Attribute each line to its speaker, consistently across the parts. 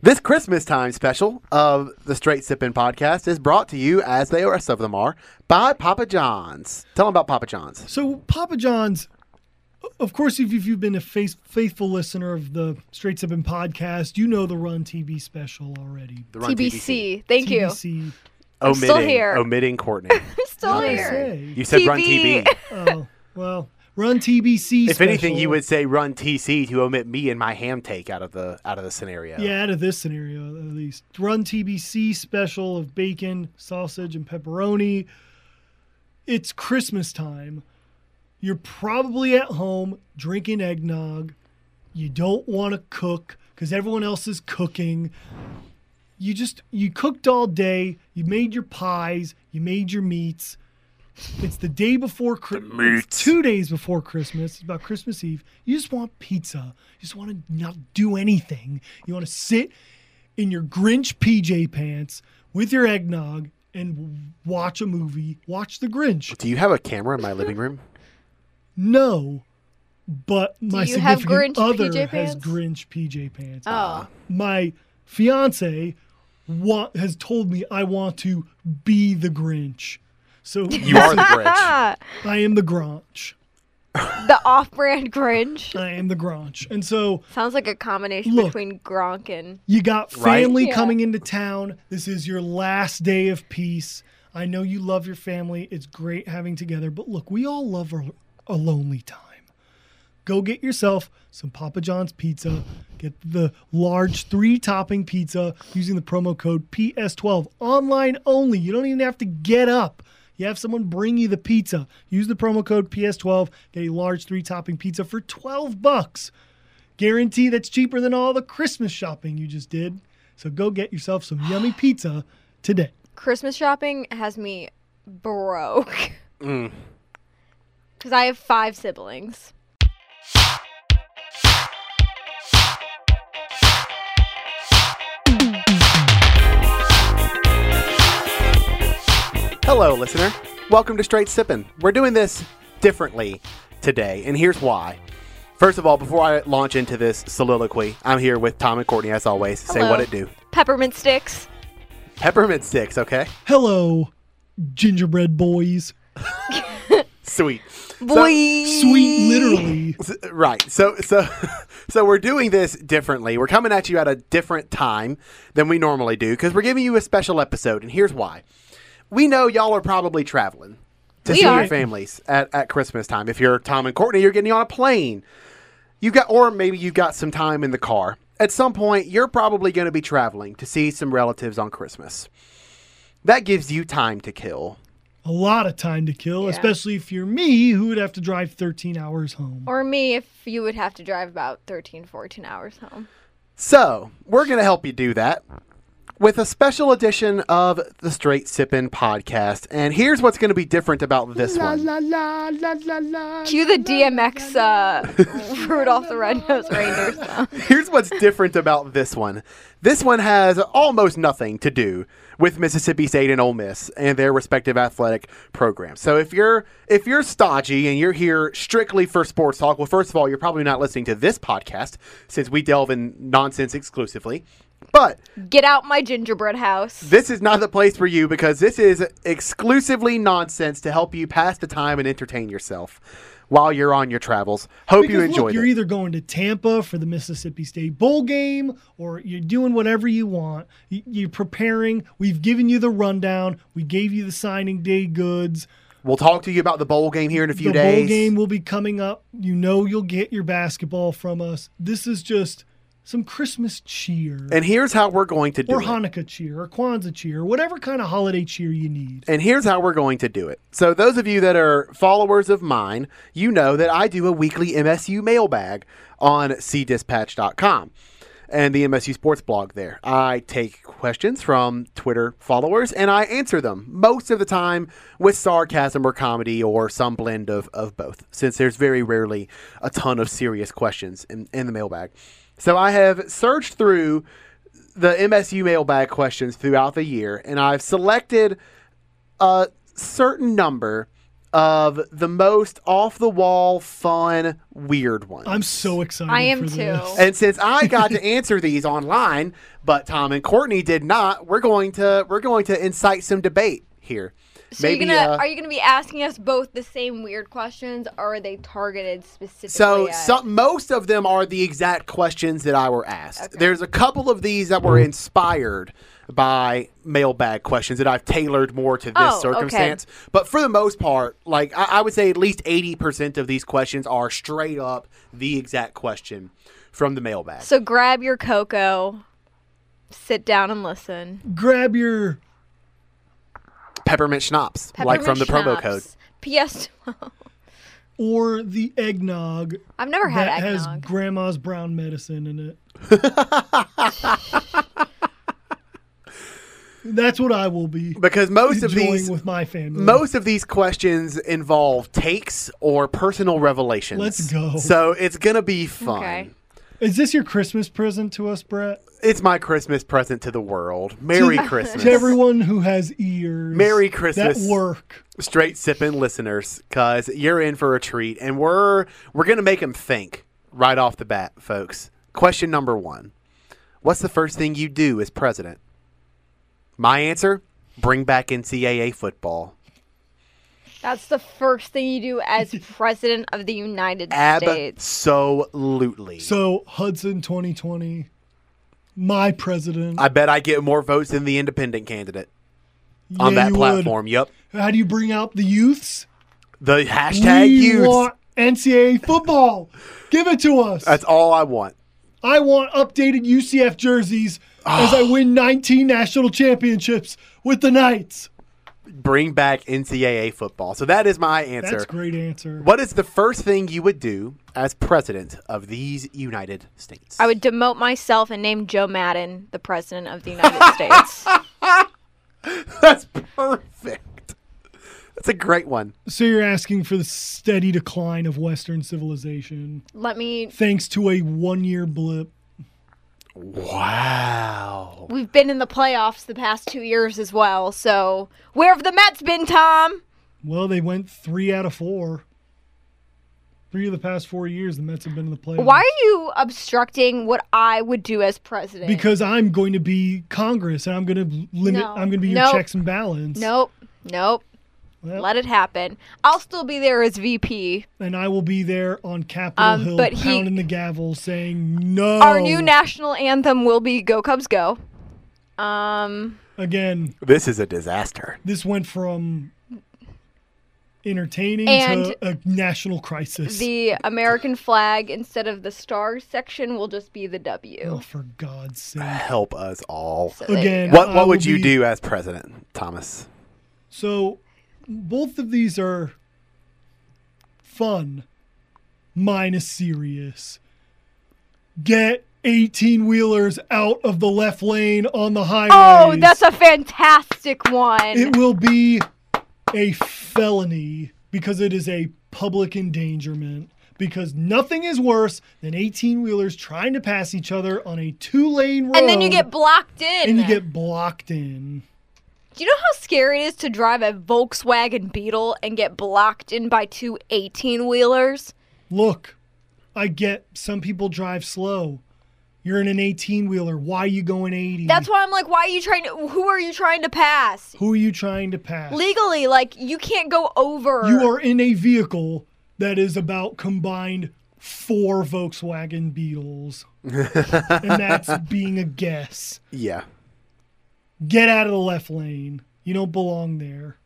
Speaker 1: This Christmas time special of the Straight Sippin' Podcast is brought to you, as the rest of them are, by Papa John's. Tell them about Papa John's.
Speaker 2: So Papa John's, of course, if you've you've been a faith, faithful listener of the Straight Sippin' podcast, you know the Run TV special already.
Speaker 1: The Run
Speaker 3: TBC. Thank you.
Speaker 2: TBC.
Speaker 3: I'm
Speaker 1: Omitting,
Speaker 3: still here.
Speaker 1: omitting Courtney.
Speaker 3: I'm still
Speaker 2: What did I
Speaker 3: here.
Speaker 2: say?
Speaker 1: You said Run
Speaker 3: TV.
Speaker 1: TV.
Speaker 2: Oh well, Run TBC.
Speaker 1: If anything,
Speaker 2: special.
Speaker 1: you would say Run TC to omit me and my ham take out of the out of the scenario.
Speaker 2: Yeah, out of this scenario at least. Run TBC special of bacon, sausage, and pepperoni. It's Christmas time. You're probably at home drinking eggnog. You don't want to cook because everyone else is cooking. You just you cooked all day. You made your pies. You made your meats. It's the day before Christmas.
Speaker 1: meats.
Speaker 2: Two days before Christmas. It's about Christmas Eve. You just want pizza. You just want to not do anything. You want to sit in your Grinch PJ pants with your eggnog and watch a movie. Watch the Grinch.
Speaker 1: Do you have a camera in my living room?
Speaker 2: No, but my
Speaker 3: you have
Speaker 2: significant
Speaker 3: Grinch
Speaker 2: other has
Speaker 3: PJ pants?
Speaker 2: Grinch PJ pants.
Speaker 3: Oh,
Speaker 2: My fiance wa- has told me I want to be the Grinch. So
Speaker 1: You are the Grinch.
Speaker 3: Ah,
Speaker 2: I am the Grinch.
Speaker 3: the off-brand Grinch.
Speaker 2: I am the Grinch. And so
Speaker 3: Sounds like a combination
Speaker 2: Look.
Speaker 3: between Gronk and
Speaker 2: You got
Speaker 1: Right?
Speaker 2: family
Speaker 3: Yeah.
Speaker 2: coming into town. This is your last day of peace. I know you love your family. It's great having together, but look, we all love our, a lonely time. Go get yourself some Papa John's pizza. Get the large three topping pizza using the promo code PS12. Online only. You don't even have to get up. You have someone bring you the pizza. Use the promo code PS12. Get a large three topping pizza for 12 bucks. Guarantee that's cheaper than all the Christmas shopping you just did. So go get yourself some yummy pizza today.
Speaker 3: Christmas shopping has me broke.
Speaker 1: Mm.
Speaker 3: Because I have five siblings.
Speaker 1: Hello, listener. Welcome to Straight Sippin'. We're doing this differently today, and here's why. First of all, before I launch into this soliloquy, I'm here with Tom and Courtney as always. to Say
Speaker 3: Hello.
Speaker 1: what it do.
Speaker 3: Peppermint sticks.
Speaker 1: Peppermint sticks, okay?
Speaker 2: Hello, gingerbread boys.
Speaker 1: Sweet. So-
Speaker 3: Boy.
Speaker 2: Sweet, literally.
Speaker 1: S- right so so so we're doing this differently we're coming at you at a different time than we normally do because we're giving you a special episode and here's why we know y'all are probably traveling to
Speaker 3: We
Speaker 1: see
Speaker 3: are.
Speaker 1: your families at, at christmas time if you're tom and courtney you're getting on a plane you got or maybe you've got some time in the car at some point you're probably going to be traveling to see some relatives on christmas that gives you time to kill
Speaker 2: A lot of time to kill,
Speaker 3: Yeah.
Speaker 2: especially if you're me who would have to drive 13 hours home.
Speaker 3: Or me if you would have to drive about 13, 14 hours home.
Speaker 1: So, we're going to help you do that with a special edition of the Straight Sippin' podcast. And here's what's going to be different about this one.
Speaker 3: Cue the DMX uh, Rudolph the Red-Nosed Reindeer song.
Speaker 1: Here's what's different about this one. This one has almost nothing to do with Mississippi State and Ole Miss and their respective athletic programs. So if you're if you're stodgy and you're here strictly for sports talk, well, first of all, you're probably not listening to this podcast since we delve in nonsense exclusively. But
Speaker 3: Get out my gingerbread house.
Speaker 1: This is not the place for you because this is exclusively nonsense to help you pass the time and entertain yourself while you're on your travels. Hope you
Speaker 2: Because, look,
Speaker 1: enjoyed
Speaker 2: you're
Speaker 1: it.
Speaker 2: either going to Tampa for the Mississippi State bowl game, or you're doing whatever you want. Y- You're preparing. We've given you the rundown. We gave you the signing day goods.
Speaker 1: We'll talk to you about the bowl game here in a few
Speaker 2: the
Speaker 1: days.
Speaker 2: bowl game will be coming up. You know you'll get your basketball from us. This is just some Christmas cheer,
Speaker 1: And here's how we're going to do
Speaker 2: or
Speaker 1: it.
Speaker 2: Hanukkah cheer, or Kwanzaa cheer, whatever kind of holiday cheer you need.
Speaker 1: And here's how we're going to do it. So, those of you that are followers of mine, you know that I do a weekly MSU mailbag on cdispatch.com and the MSU sports blog there. I take questions from Twitter followers and I answer them most of the time with sarcasm or comedy or some blend of, of both, since there's very rarely a ton of serious questions in, in the mailbag. So, I have searched through the MSU mailbag questions throughout the year, and I've selected a certain number of the most off the wall, fun, weird ones.
Speaker 2: I'm so excited.
Speaker 3: I am
Speaker 2: for
Speaker 3: too.
Speaker 2: This.
Speaker 1: And since I got to answer these online, but Tom and Courtney did not, we're going to we're going to incite some debate here. uh,
Speaker 3: So you're gonna are you gonna be asking us both the same weird questions, or are they targeted specifically?
Speaker 1: so
Speaker 3: at-
Speaker 1: some, most of them are the exact questions that I were asked. There's a couple of these that were inspired by mailbag questions that I've tailored more to this
Speaker 3: Oh, okay.
Speaker 1: circumstance. But for the most part, like I, I would say, at least eighty percent of these questions are straight up the exact question from the mailbag.
Speaker 3: So grab your cocoa, sit down and listen.
Speaker 2: Grab your
Speaker 1: Peppermint schnapps, like from the promo
Speaker 3: Peppermint
Speaker 1: code.
Speaker 3: schnapps. P.S.
Speaker 2: or the eggnog
Speaker 3: I've never had
Speaker 2: that has
Speaker 3: eggnog.
Speaker 2: grandma's brown medicine in it. That's what I will be
Speaker 1: Because most of
Speaker 2: enjoying
Speaker 1: these
Speaker 2: with my family.
Speaker 1: most of these questions involve takes or personal revelations.
Speaker 2: Let's go.
Speaker 1: So it's gonna be fun.
Speaker 3: Okay.
Speaker 2: Is this your Christmas present to us, Brett?
Speaker 1: It's my Christmas present to the world. Merry Christmas.
Speaker 2: To everyone who has ears.
Speaker 1: Merry Christmas.
Speaker 2: That work.
Speaker 1: Straight sipping listeners, cause you're in for a treat, and we're we're gonna make them think right off the bat, folks. Question number one: What's the first thing you do as president? My answer: Bring back NCAA football.
Speaker 3: That's the first thing you do as president of the United States.
Speaker 1: Absolutely.
Speaker 2: So Hudson 2020, my president.
Speaker 1: I bet I get more votes than the independent candidate on
Speaker 2: Yeah,
Speaker 1: that
Speaker 2: you
Speaker 1: platform. Yep.
Speaker 2: Would. How do you bring out the youths?
Speaker 1: The hashtag
Speaker 2: we
Speaker 1: youths.
Speaker 2: want NCAA football. Give it to us.
Speaker 1: That's all I want.
Speaker 2: I want updated UCF jerseys as
Speaker 1: Ah.
Speaker 2: I win 19 national championships with the Knights.
Speaker 1: Bring back NCAA football. So that is my answer.
Speaker 2: That's a great answer.
Speaker 1: What is the first thing you would do as president of these United States?
Speaker 3: I would demote myself and name Joe Madden the president of the United States.
Speaker 1: That's perfect. That's a great one.
Speaker 2: So you're asking for the steady decline of Western civilization
Speaker 3: Let me.
Speaker 2: thanks to a one-year blip.
Speaker 1: Wow.
Speaker 3: We've been in the playoffs the past two years as well. So where have the Mets been, Tom?
Speaker 2: Well, they went three out of four. Three of the past four years, the Mets have been in the playoffs.
Speaker 3: Why are you obstructing what I would do as president?
Speaker 2: Because I'm going to be Congress, and I'm going to limit.
Speaker 3: No.
Speaker 2: I'm going to be your
Speaker 3: Nope.
Speaker 2: checks and balance.
Speaker 3: nope, nope.
Speaker 2: Well,
Speaker 3: Let it happen. I'll still be there as VP.
Speaker 2: and I will be there on Capitol
Speaker 3: Um,
Speaker 2: Hill,
Speaker 3: but he-
Speaker 2: pounding the gavel, saying no.
Speaker 3: Our new national anthem will be "Go Cubs Go." Um,
Speaker 2: Again,
Speaker 1: This is a disaster.
Speaker 2: this went from entertaining
Speaker 3: And
Speaker 2: to a national crisis.
Speaker 3: the American flag instead of the star section will just be the
Speaker 2: oh,
Speaker 3: W.
Speaker 2: for God's sake!
Speaker 1: Help us all.
Speaker 3: So there you
Speaker 2: Again,
Speaker 3: go.
Speaker 1: What
Speaker 2: I
Speaker 1: what
Speaker 2: will
Speaker 1: would you
Speaker 2: be-
Speaker 1: do as president, Thomas?
Speaker 2: So, both of these are fun, minus serious. Get 18 wheelers out of the left lane on the highway.
Speaker 3: Oh, that's a fantastic one.
Speaker 2: It will be a felony because it is a public endangerment. Because nothing is worse than 18 wheelers trying to pass each other on a two lane road.
Speaker 3: and then you get blocked in.
Speaker 2: and you get blocked in.
Speaker 3: Do you know how scary it is to drive a Volkswagen Beetle and get blocked in by two 18 wheelers?
Speaker 2: look, I get some people drive slow. You're in an 18 wheeler. Why you going 80?
Speaker 3: That's why I'm like, why are you trying to? Who are you trying to pass?
Speaker 2: Who are you trying to pass?
Speaker 3: Legally, like you can't go over.
Speaker 2: You are in a vehicle that is about combined four Volkswagen Beetles. and that's being a guess.
Speaker 1: Yeah.
Speaker 2: Get out of the left lane. You don't belong there.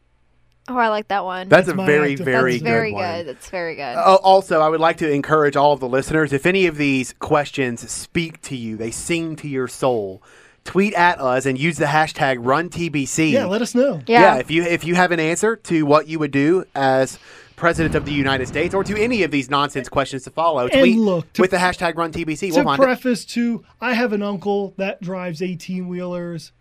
Speaker 3: Oh, I like that one.
Speaker 1: That's,
Speaker 2: That's
Speaker 1: a
Speaker 2: my
Speaker 1: very,
Speaker 2: active-
Speaker 1: very
Speaker 3: That's
Speaker 1: good
Speaker 3: very
Speaker 1: one.
Speaker 3: good. That's very good.
Speaker 1: Oh, also, I would like to encourage all of the listeners if any of these questions speak to you, they sing to your soul, tweet at us and use the hashtag RunTBC.
Speaker 2: Yeah, let us know.
Speaker 3: yeah.
Speaker 1: if you if you have an answer to what you would do as president of the United States or to any of these nonsense questions to follow, tweet
Speaker 2: look, to-
Speaker 1: with the hashtag RunTBC. We'll
Speaker 2: to
Speaker 1: find it.
Speaker 2: preface to I have an uncle that drives 18 wheelers.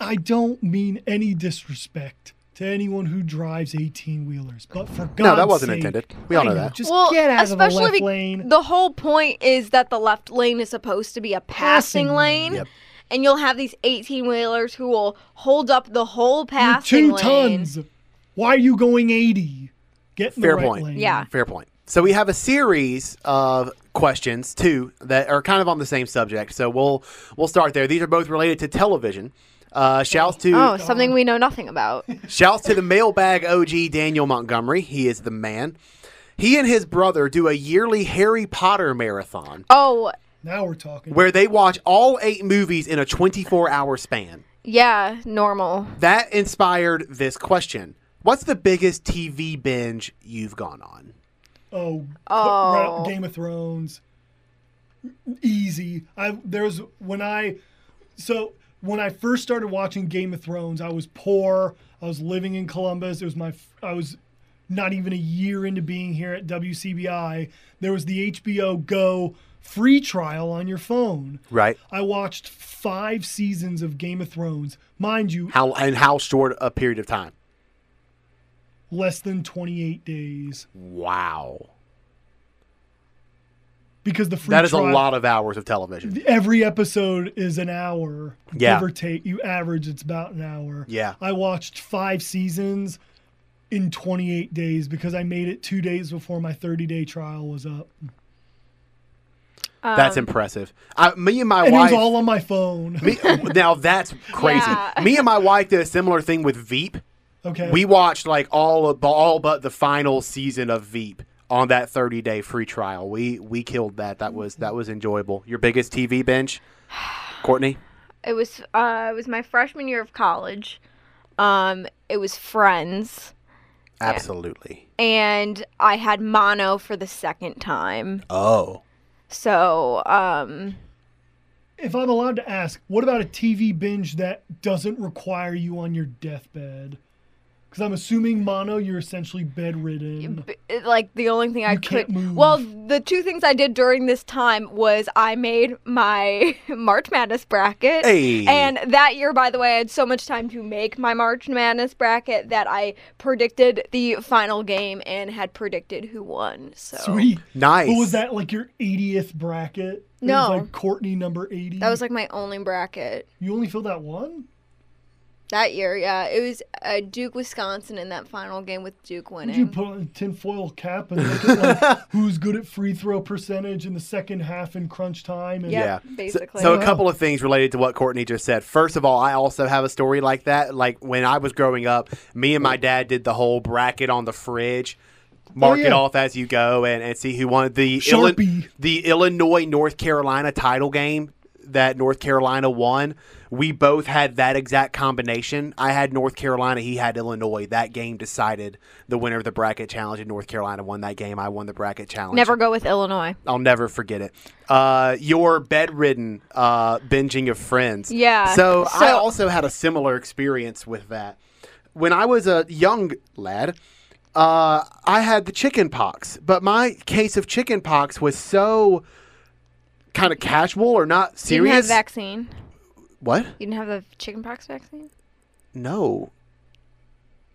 Speaker 2: I don't mean any disrespect to anyone who drives 18 wheelers, but for God's
Speaker 1: No, that wasn't
Speaker 2: sake,
Speaker 1: intended. We all
Speaker 2: I
Speaker 1: know that.
Speaker 2: Just get out of the left
Speaker 3: be-
Speaker 2: lane.
Speaker 3: the whole point is that the left lane is supposed to be a passing,
Speaker 2: Passing lane.
Speaker 3: lane, and you'll have these eighteen wheelers who will hold up the whole
Speaker 2: You're
Speaker 3: passing
Speaker 2: two
Speaker 3: lane.
Speaker 2: tons. Why are you going 80? Get in
Speaker 1: Fair
Speaker 2: the right
Speaker 1: point.
Speaker 2: lane.
Speaker 3: Yeah.
Speaker 1: Fair point. So we have a series of questions too that are kind of on the same subject. So we'll we'll start there. These are both related to television. Uh, shouts to
Speaker 3: Oh, something we know nothing about.
Speaker 1: shouts to the mailbag OG Daniel Montgomery. He is the man. He and his brother do a yearly Harry Potter marathon
Speaker 3: Oh,
Speaker 2: Now we're talking.
Speaker 1: where they watch all eight movies in a 24 hour span.
Speaker 3: yeah, normal.
Speaker 1: That inspired this question. What's the biggest TV binge you've gone on?
Speaker 2: Oh, qu-
Speaker 3: Oh.
Speaker 2: Ra- Game of Thrones. Easy. I there's when I so when I first started watching Game of Thrones, I was poor. I was living in Columbus. It was my f- I was not even a year into being here at WCBI. There was the HBO Go free trial on your phone.
Speaker 1: Right.
Speaker 2: I watched 5 seasons of Game of Thrones. Mind you,
Speaker 1: How and how short a period of time?
Speaker 2: less than 28 days
Speaker 1: Wow.
Speaker 2: because the free
Speaker 1: That is a
Speaker 2: trial,
Speaker 1: lot of hours of television.
Speaker 2: every episode is an hour.
Speaker 1: Yeah.
Speaker 2: Give or take, you average, it's about an hour.
Speaker 1: Yeah.
Speaker 2: I watched five seasons in 28 days because I made it two days before my 30 day trial was up.
Speaker 3: Um,
Speaker 1: That's impressive. I, me and my
Speaker 2: And um, it
Speaker 1: wife.
Speaker 2: was all on my phone.
Speaker 1: me, now that's crazy.
Speaker 3: Yeah.
Speaker 1: Me and my wife did a similar thing with Veep.
Speaker 2: Okay.
Speaker 1: We watched like all of, all but the final season of Veep on that 30 day free trial. We we killed that. That was that was enjoyable. Your biggest TV binge, Courtney?
Speaker 3: It was uh, it was my freshman year of college. Um, it was Friends,
Speaker 1: Absolutely.
Speaker 3: and I had mono for the second time.
Speaker 1: Oh.
Speaker 3: So, um,
Speaker 2: if I'm allowed to ask, what about a TV binge that doesn't require you on your deathbed? Because I'm assuming mono, you're essentially bedridden.
Speaker 3: b- like the only thing I
Speaker 2: You
Speaker 3: could
Speaker 2: can't move.
Speaker 3: well, the two things I did during this time was I made my March Madness bracket,
Speaker 1: Hey.
Speaker 3: and that year, by the way, I had so much time to make my March Madness bracket that I predicted the final game and had predicted who won. So
Speaker 2: Sweet.
Speaker 1: Nice.
Speaker 2: What was that like your 80th bracket? It
Speaker 3: No.
Speaker 2: was like Courtney number 80.
Speaker 3: that was like my only bracket.
Speaker 2: you only filled that one.
Speaker 3: That year, yeah, it was uh, Duke, Wisconsin, in that final game with Duke
Speaker 2: Would
Speaker 3: winning.
Speaker 2: you put on a tinfoil cap and look at like, who's good at free throw percentage in the second half in crunch time? And
Speaker 1: Yeah.
Speaker 3: Yeah,
Speaker 1: So-
Speaker 3: basically.
Speaker 1: So, a
Speaker 2: Wow.
Speaker 1: couple of things related to what Courtney just said. First of all, I also have a story like that. Like when I was growing up, me and my dad did the whole bracket on the fridge. Mark it
Speaker 2: Oh, yeah.
Speaker 1: off as you go and, and see who won the
Speaker 2: Sharpie.
Speaker 1: the Illinois North Carolina title game that North Carolina won. We both had that exact combination. I had North Carolina, he had Illinois. That game decided the winner of the bracket challenge, and North Carolina won that game. I won the bracket challenge.
Speaker 3: Never go with Illinois.
Speaker 1: I'll never forget it. Uh, your bedridden uh, binging of friends.
Speaker 3: Yeah.
Speaker 1: So, I
Speaker 3: So-
Speaker 1: also had a similar experience with that. When I was a young lad, uh, I had the chicken pox, but my case of chicken pox was so kind of casual or not
Speaker 3: You didn't have
Speaker 1: serious.
Speaker 3: vaccine.
Speaker 1: what?
Speaker 3: You didn't have the chickenpox vaccine.
Speaker 1: No.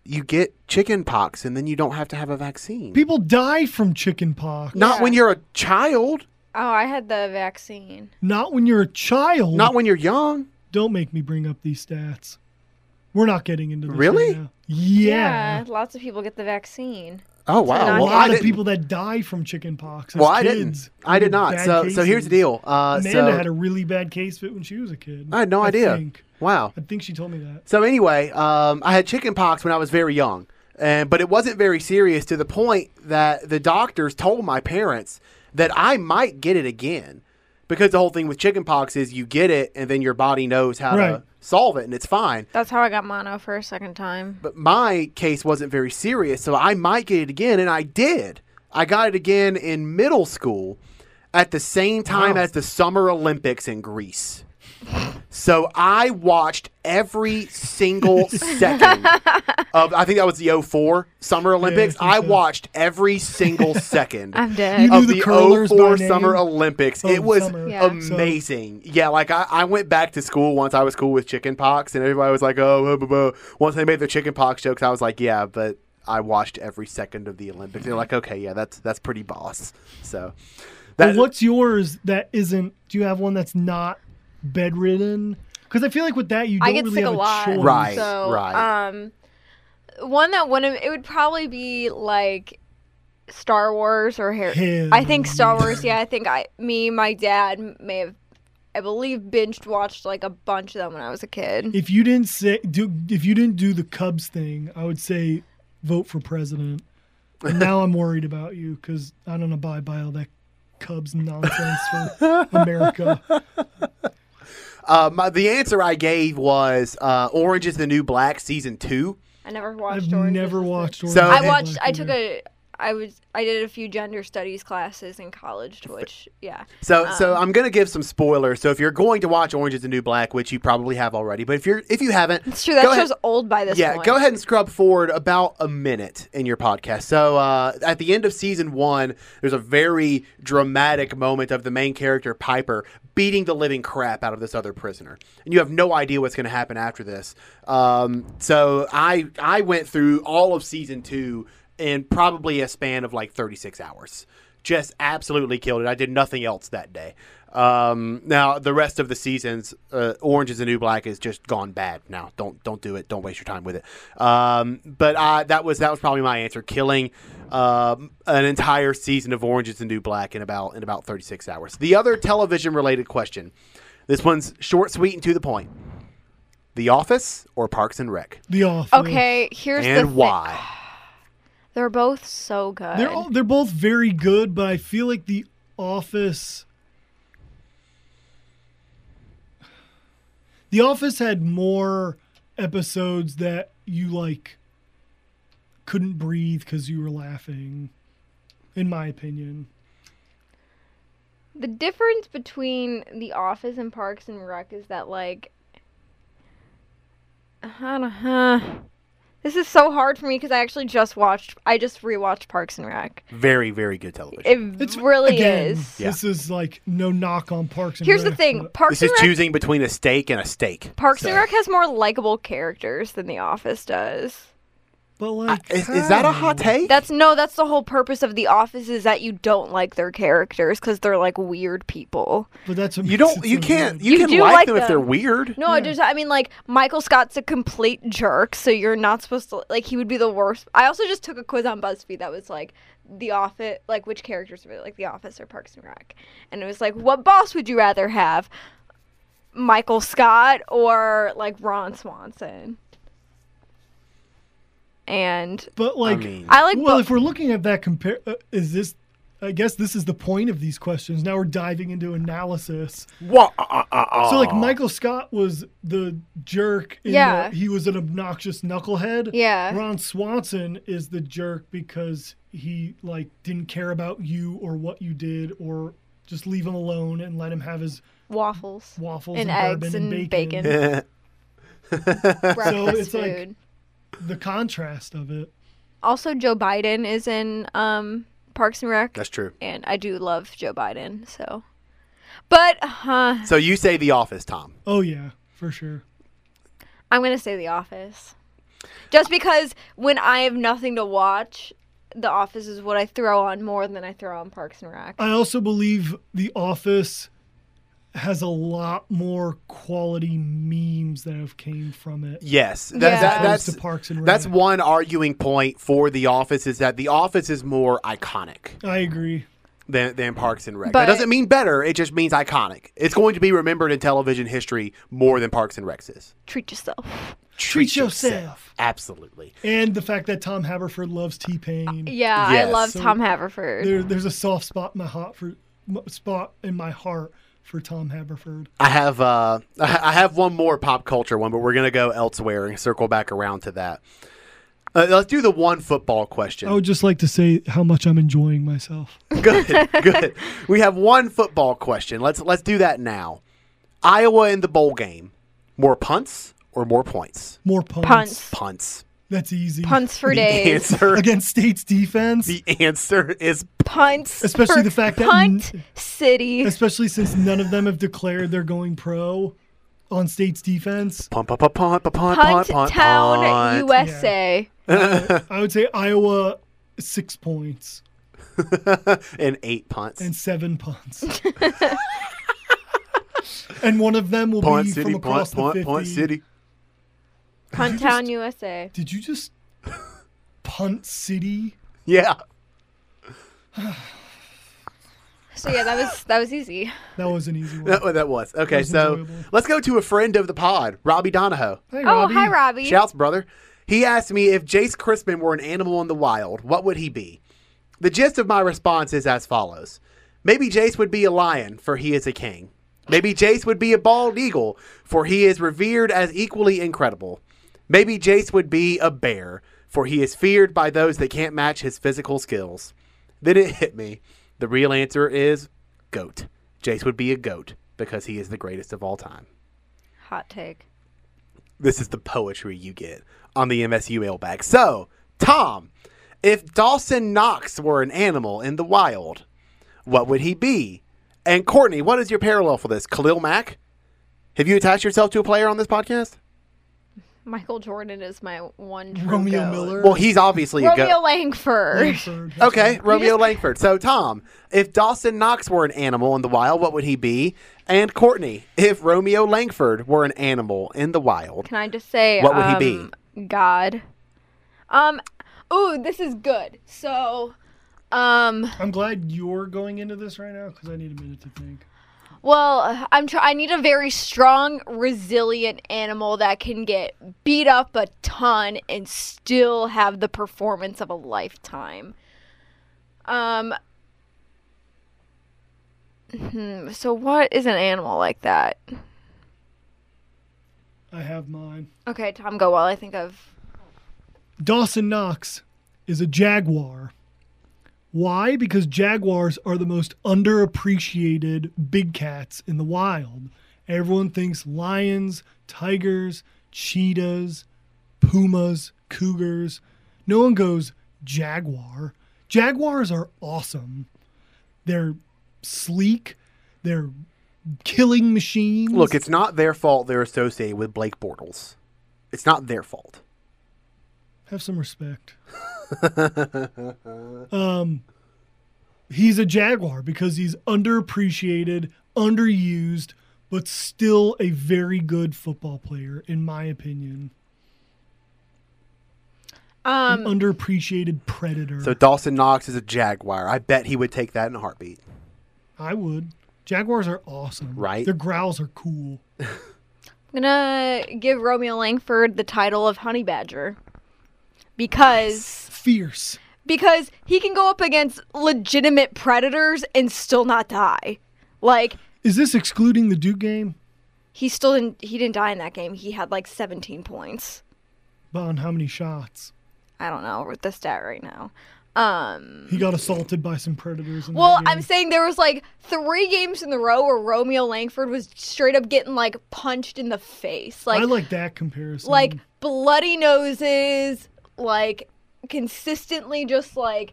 Speaker 1: You get chicken pox and then you don't have to have a vaccine.
Speaker 2: People die from chicken pox.
Speaker 1: not when
Speaker 3: Yeah.
Speaker 1: you're a child,
Speaker 3: Oh, I had the vaccine.
Speaker 2: Not when you're a child.
Speaker 1: not when you're young.
Speaker 2: Don't make me bring up these stats. We're not getting into this.
Speaker 1: Really?
Speaker 2: right now. Yeah.
Speaker 3: lots of people get the vaccine.
Speaker 1: Oh wow!
Speaker 3: not
Speaker 2: A
Speaker 1: Well,
Speaker 2: lot
Speaker 1: I
Speaker 2: of
Speaker 1: didn't-
Speaker 2: people that die from chicken pox. as
Speaker 1: Well, I
Speaker 2: kids.
Speaker 1: didn't. I did not.
Speaker 2: Bad
Speaker 1: So, so here's the
Speaker 2: cases.
Speaker 1: deal. Uh,
Speaker 2: Amanda
Speaker 1: so
Speaker 2: had a really bad case of it when she was a kid.
Speaker 1: I had no idea.
Speaker 2: think.
Speaker 1: Wow.
Speaker 2: I think she told me that.
Speaker 1: So anyway, um, I had chicken pox when I was very young, and but it wasn't very serious to the point that the doctors told my parents that I might get it again, because the whole thing with chicken pox is you get it and then your body knows how
Speaker 2: Right.
Speaker 1: to solve it and it's fine.
Speaker 3: That's how I got mono for a second time.
Speaker 1: But my case wasn't very serious, so I might get it again, and I did. I got it again in middle school at the same time
Speaker 2: Wow.
Speaker 1: as the Summer Olympics in Greece. So I watched every single second of I think that was the 04 Summer Olympics.
Speaker 2: I think
Speaker 1: I
Speaker 2: so.
Speaker 1: watched every single second
Speaker 3: I'm dead.
Speaker 2: You
Speaker 1: of
Speaker 2: knew the
Speaker 1: the,
Speaker 2: curlers by
Speaker 1: 04
Speaker 2: name?
Speaker 1: Summer Olympics.
Speaker 2: Oh,
Speaker 1: it was
Speaker 2: summer.
Speaker 3: Yeah.
Speaker 2: So-
Speaker 1: amazing. yeah, like I, I went back to school once I was cool with chicken pox, and everybody was like, oh, blah, blah, blah." once they made the chicken pox jokes, I was like, yeah, but I watched every second of the Olympics. They're like, okay, yeah, that's that's pretty boss. So that
Speaker 2: Well, what's yours that isn't? Do you have one that's not bedridden? Because I feel like with that you don't
Speaker 3: I get
Speaker 2: really
Speaker 3: sick
Speaker 2: have
Speaker 3: a lot.
Speaker 2: choice.
Speaker 1: Right,
Speaker 3: So,
Speaker 1: right.
Speaker 3: Um, one that wouldn't. It would probably be like Star Wars or Harry.
Speaker 2: Him.
Speaker 3: I think Star Wars. Yeah, I think I, me, my dad may have, I believe, binged watched like a bunch of them when I was a kid.
Speaker 2: If you didn't say do, if you didn't do the Cubs thing, I would say vote for president. And now I'm worried about you because I don't abide by all that Cubs nonsense for America.
Speaker 1: Uh, my, the answer I gave was uh, Orange is the New Black season two.
Speaker 3: I never watched.
Speaker 2: I've
Speaker 3: Orange is
Speaker 2: never
Speaker 3: the New
Speaker 2: watched. Orange
Speaker 3: Black.
Speaker 1: So-
Speaker 2: is
Speaker 1: it-
Speaker 3: I
Speaker 2: the
Speaker 3: watched.
Speaker 2: Black
Speaker 3: I took
Speaker 2: Mirror.
Speaker 3: a. I was. I did a few gender studies classes in college, to which yeah.
Speaker 1: So so I'm gonna give some spoilers. So if you're going to watch Orange is the New Black, which you probably have already, but if you're if you haven't,
Speaker 3: It's true. That
Speaker 1: go ahead-
Speaker 3: show's old by this
Speaker 1: yeah,
Speaker 3: point.
Speaker 1: go ahead and scrub forward about a minute in your podcast. So uh, at the end of season one, there's a very dramatic moment of the main character Piper beating the living crap out of this other prisoner, and you have no idea what's going to happen after this. Um, so I I went through all of season two in probably a span of like 36 hours. Just absolutely killed it. I did nothing else that day. Um, now the rest of the seasons, uh, Orange is the New Black is just gone bad. Now don't don't do it. Don't waste your time with it. Um, but I, that was that was probably my answer. Killing um, an entire season of Orange is the New Black in about in about thirty six hours. The other television related question. This one's short, sweet, and to the point. The Office or Parks and Rec,
Speaker 2: The author.
Speaker 3: Okay, here's the
Speaker 1: and
Speaker 3: thi-
Speaker 1: why?
Speaker 3: They're both so good.
Speaker 2: They're all, they're both very good, but I feel like The Office. The Office had more episodes that you like couldn't breathe because you were laughing, in my opinion.
Speaker 3: The difference between The Office and Parks and Rec is that, like, I don't know. uh-huh. This is so hard for me because I actually just watched, I just rewatched Parks and Rec.
Speaker 1: Very very good television.
Speaker 3: It
Speaker 2: It's
Speaker 3: really
Speaker 2: again,
Speaker 3: is.
Speaker 1: Yeah.
Speaker 2: This is like no knock on Parks and
Speaker 3: Here's the
Speaker 2: Rec,
Speaker 3: thing:
Speaker 2: but
Speaker 3: Parks
Speaker 1: this
Speaker 3: and
Speaker 1: is
Speaker 3: Rec,
Speaker 1: choosing between a steak and a steak.
Speaker 3: Parks and
Speaker 1: So-
Speaker 3: Rec has more likable characters than The Office does.
Speaker 2: but like, uh,
Speaker 1: Is, Uh, is that a hot
Speaker 2: how?
Speaker 1: take?
Speaker 3: That's no, that's the whole purpose of The Office is that you don't like their characters because they're like weird people.
Speaker 2: But that's what
Speaker 1: You
Speaker 2: makes
Speaker 1: don't.
Speaker 2: it
Speaker 1: You
Speaker 2: so
Speaker 1: can't.
Speaker 2: good.
Speaker 1: You,
Speaker 3: Mm-hmm. You
Speaker 1: can
Speaker 3: do
Speaker 1: like,
Speaker 3: like
Speaker 1: them, if
Speaker 3: them.
Speaker 1: they're weird.
Speaker 3: No, I just I mean like Michael Scott's a complete jerk, so you're not supposed to like he would be the worst. I also just took a quiz on BuzzFeed that was like The Office, like which characters were like The Office or Parks and Rec, and it was like what boss would you rather have, Michael Scott or like Ron Swanson? And
Speaker 2: But like,
Speaker 1: mean-
Speaker 3: I like
Speaker 2: well,
Speaker 3: bo-
Speaker 2: if we're looking at that compare, uh, is this? I guess this is the point of these questions. Now we're diving into analysis.
Speaker 1: Wha- uh, uh, uh,
Speaker 2: So like,
Speaker 1: uh.
Speaker 2: Michael Scott was the jerk. In
Speaker 3: Yeah.
Speaker 2: the- he was an obnoxious knucklehead.
Speaker 3: Yeah.
Speaker 2: Ron Swanson is the jerk because he like didn't care about you or what you did or just leave him alone and let him have his
Speaker 3: waffles,
Speaker 2: waffles
Speaker 3: and,
Speaker 2: and,
Speaker 3: eggs
Speaker 2: bourbon
Speaker 3: and,
Speaker 2: and
Speaker 3: bacon,
Speaker 1: uh,
Speaker 2: So
Speaker 3: breakfast
Speaker 2: it's like-
Speaker 3: food.
Speaker 2: The contrast of it.
Speaker 3: also, Joe Biden is in um, Parks and Rec.
Speaker 1: That's true.
Speaker 3: and I do love Joe Biden, so. But uh,
Speaker 1: So you say The Office, Tom?
Speaker 2: Oh yeah, for sure.
Speaker 3: I'm gonna say The Office, just because when I have nothing to watch, The Office is what I throw on more than I throw on Parks and Rec.
Speaker 2: I also believe The Office has a lot more quality memes that have came from it.
Speaker 1: Yes. That,
Speaker 3: Yeah.
Speaker 1: that-
Speaker 2: That's
Speaker 1: that's
Speaker 2: to Parks and Rec.
Speaker 1: that's one arguing point for The Office is that The Office is more iconic
Speaker 2: I agree.
Speaker 1: than, than Parks and Rec.
Speaker 3: But-
Speaker 1: that doesn't mean better. It just means iconic. It's going to be remembered in television history more than Parks and Rec is.
Speaker 3: Treat yourself.
Speaker 1: Treat,
Speaker 2: yourself.
Speaker 1: Absolutely.
Speaker 2: And the fact that Tom Haverford loves T Pain.
Speaker 3: Yeah, I
Speaker 1: Yes.
Speaker 3: love
Speaker 2: So-
Speaker 3: Tom Haverford.
Speaker 2: There, there's a soft spot in my heart for m- spot in my heart for Tom Haverford.
Speaker 1: I have uh, I I have one more pop culture one, but we're gonna go elsewhere and circle back around to that. Uh, let's do the one football question.
Speaker 2: I would just like to say how much I'm enjoying myself.
Speaker 1: good, good. We have one football question. Let's let's do that now. Iowa in the bowl game. More punts or more points?
Speaker 2: More punts.
Speaker 3: Punts,
Speaker 1: Punts.
Speaker 2: That's easy.
Speaker 3: punts for
Speaker 1: The
Speaker 3: days.
Speaker 1: answer.
Speaker 2: against state's defense,
Speaker 1: The answer is
Speaker 3: Punts,
Speaker 2: Especially
Speaker 3: for-
Speaker 2: the fact that
Speaker 3: punt city.
Speaker 2: especially since none of them have declared they're going pro on state's defense.
Speaker 1: punt, punt, punt, punt, punt, punt,
Speaker 3: Punt
Speaker 1: punt, punt,
Speaker 3: Town
Speaker 1: punt.
Speaker 3: USA.
Speaker 2: I would say Iowa six points
Speaker 1: and eight punts.
Speaker 2: and seven punts. and one of them will
Speaker 1: punt
Speaker 2: be
Speaker 1: city,
Speaker 2: from
Speaker 1: punt,
Speaker 2: across the
Speaker 1: punt,
Speaker 2: 50.
Speaker 1: punt city.
Speaker 3: Punt Town USA.
Speaker 2: Did you just Punt City.
Speaker 1: Yeah.
Speaker 3: So yeah, that was that was easy.
Speaker 2: That was an easy one.
Speaker 1: That, that was. Okay,
Speaker 2: was
Speaker 1: so
Speaker 2: enjoyable.
Speaker 1: let's go to a friend of the pod, Robbie Donahoe.
Speaker 2: Hey,
Speaker 3: Oh, hi Robbie.
Speaker 1: Shouts, brother. He asked me if Jace Crispin were an animal in the wild, what would he be? The gist of my response is as follows Maybe Jace would be a lion, for he is a king. Maybe Jace would be a bald eagle, for he is revered as equally incredible. Maybe Jace would be a bear, for he is feared by those that can't match his physical skills. Then it hit me. The real answer is goat. Jace would be a goat because he is the greatest of all time
Speaker 3: Hot take.
Speaker 1: this is the poetry you get on the MSU mailbag. So, Tom, if Dawson Knox were an animal in the wild, what would he be? And Courtney, what is your parallel for this? Khalil Mack? Have you attached yourself to a player on this podcast?
Speaker 3: Michael Jordan is my one true
Speaker 2: Romeo
Speaker 3: goat.
Speaker 2: Miller.
Speaker 1: Well, he's obviously a
Speaker 3: Romeo
Speaker 1: go.
Speaker 3: Langford.
Speaker 2: Langford. That's
Speaker 1: Okay,
Speaker 2: right.
Speaker 1: Romeo Langford. So, Tom, if Dawson Knox were an animal in the wild, what would he be? And Courtney, if Romeo Langford were an animal in the wild,
Speaker 3: Can I just say
Speaker 1: What would he be?
Speaker 3: um, God. Um. Ooh, this is good. So, um.
Speaker 2: I'm glad you're going into this right now because I need a minute to think.
Speaker 3: Well, I'm try- I need a very strong, resilient animal that can get beat up a ton and still have the performance of a lifetime. Um hmm, so what is an animal like that?
Speaker 2: I have mine.
Speaker 3: Okay, Tom go while I think of
Speaker 2: Dawson Knox is a jaguar. Why? Because jaguars are the most underappreciated big cats in the wild. Everyone thinks lions, tigers, cheetahs, pumas, cougars. No one goes jaguar. Jaguars are awesome. They're sleek. They're killing machines.
Speaker 1: Look, it's not their fault they're associated with Blake Bortles. It's not their fault.
Speaker 2: Have some respect. um, he's a Jaguar because he's underappreciated, underused, but still a very good football player, in my opinion.
Speaker 3: um
Speaker 2: An underappreciated predator.
Speaker 1: So Dawson Knox is a Jaguar. I bet he would take that in a heartbeat.
Speaker 2: I would. Jaguars are awesome.
Speaker 1: Right.
Speaker 2: Their growls are cool.
Speaker 3: I'm going to give Romeo Langford the title of honey badger because
Speaker 2: Fierce.
Speaker 3: because he can go up against legitimate predators and still not die. Like
Speaker 2: Is this excluding the Duke game?
Speaker 3: he still didn't he didn't die in that game. He had like 17 points.
Speaker 2: But on how many shots?
Speaker 3: I don't know with the stat right now. Um
Speaker 2: He got assaulted by some predators. In
Speaker 3: well,
Speaker 2: that game.
Speaker 3: I'm saying there was like three games in the row where Romeo Langford was straight up getting like punched in the face. Like
Speaker 2: I like that comparison.
Speaker 3: like bloody noses, like consistently just like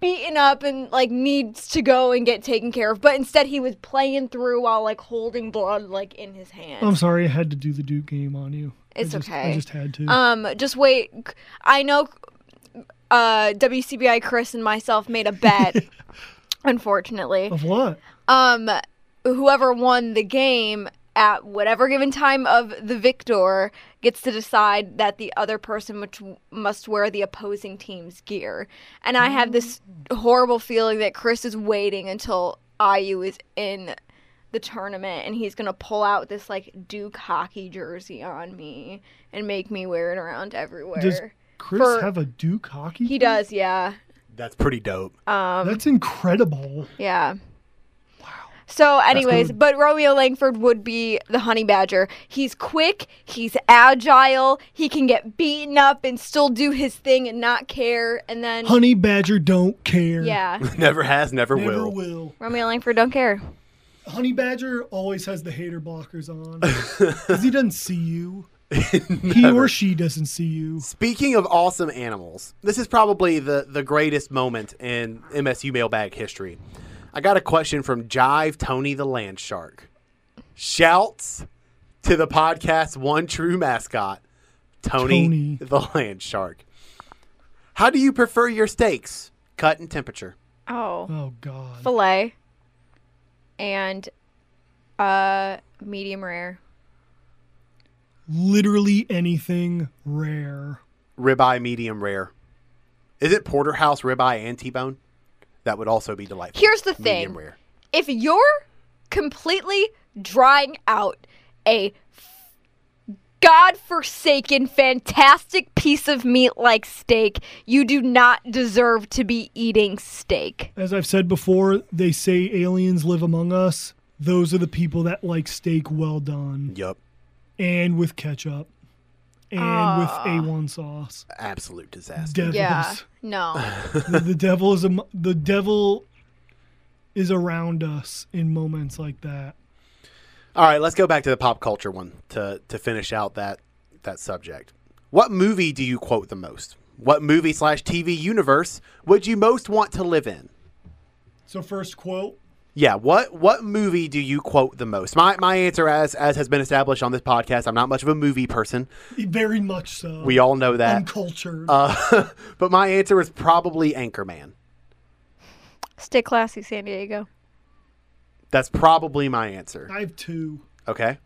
Speaker 3: beaten up and like needs to go and get taken care of. But instead, he was playing through while like holding blood like in his hand.
Speaker 2: Oh, I'm sorry, I had to do the Duke game on you. I
Speaker 3: It's
Speaker 2: just-
Speaker 3: okay.
Speaker 2: I just had to.
Speaker 3: Um, just wait. I know uh, WCBI Chris and myself made a bet, unfortunately.
Speaker 2: of what?
Speaker 3: Um, whoever won the game at whatever given time of the victor gets to decide that the other person which must wear the opposing team's gear. And I have this horrible feeling that Chris is waiting until IU is in the tournament and he's going to pull out this like Duke hockey jersey on me and make me wear it around everywhere.
Speaker 2: Does Chris
Speaker 3: For-
Speaker 2: have a Duke hockey?
Speaker 3: he
Speaker 2: team?
Speaker 3: does, yeah.
Speaker 1: That's pretty dope.
Speaker 3: Um
Speaker 2: That's incredible.
Speaker 3: Yeah. So, anyways,
Speaker 2: good.
Speaker 3: but Romeo Langford would be the honey badger. He's quick, he's agile, he can get beaten up and still do his thing and not care. And then,
Speaker 2: Honey Badger don't care.
Speaker 3: yeah,
Speaker 1: never has, never,
Speaker 2: Never will.
Speaker 1: will.
Speaker 3: Romeo Langford don't care.
Speaker 2: Honey Badger always has the hater blockers on. Because he doesn't see you. he or she doesn't see you.
Speaker 1: Speaking of awesome animals, this is probably the, the greatest moment in MSU mailbag history. I got a question from Jive Tony the Land Shark. Shouts to the podcast one true mascot, Tony,
Speaker 2: Tony.
Speaker 1: the Land Shark. How do you prefer your steaks? Cut and temperature.
Speaker 3: Oh.
Speaker 2: Oh, God.
Speaker 3: Filet and uh, medium rare.
Speaker 2: Literally anything rare.
Speaker 1: Ribeye medium rare. Is it porterhouse ribeye and T-bone? That would also be delightful.
Speaker 3: Here's the
Speaker 1: Medium
Speaker 3: thing.
Speaker 1: rare.
Speaker 3: If you're completely drying out a f- godforsaken, fantastic piece of meat like steak, you do not deserve to be eating steak.
Speaker 2: As I've said before, they say aliens live among us. Those are the people that like steak well done
Speaker 1: Yup.
Speaker 2: and with ketchup and with A1 sauce.
Speaker 1: Uh, Absolute disaster.
Speaker 2: Devils.
Speaker 3: Yeah. No.
Speaker 2: the, the devil is am- the devil is around us in moments like that.
Speaker 1: All right, let's go back to the pop culture one to to finish out that that subject. What movie do you quote the most? What movie slash TV universe would you most want to live in?
Speaker 2: So first quote
Speaker 1: Yeah, what what movie do you quote the most? My my answer, as as has been established on this podcast, I'm not much of a movie person.
Speaker 2: very much so.
Speaker 1: We all know that.
Speaker 2: uncultured.
Speaker 1: Uh, but my answer is probably Anchorman.
Speaker 3: Stay classy, San Diego.
Speaker 1: That's probably my answer.
Speaker 2: I have two.
Speaker 1: Okay.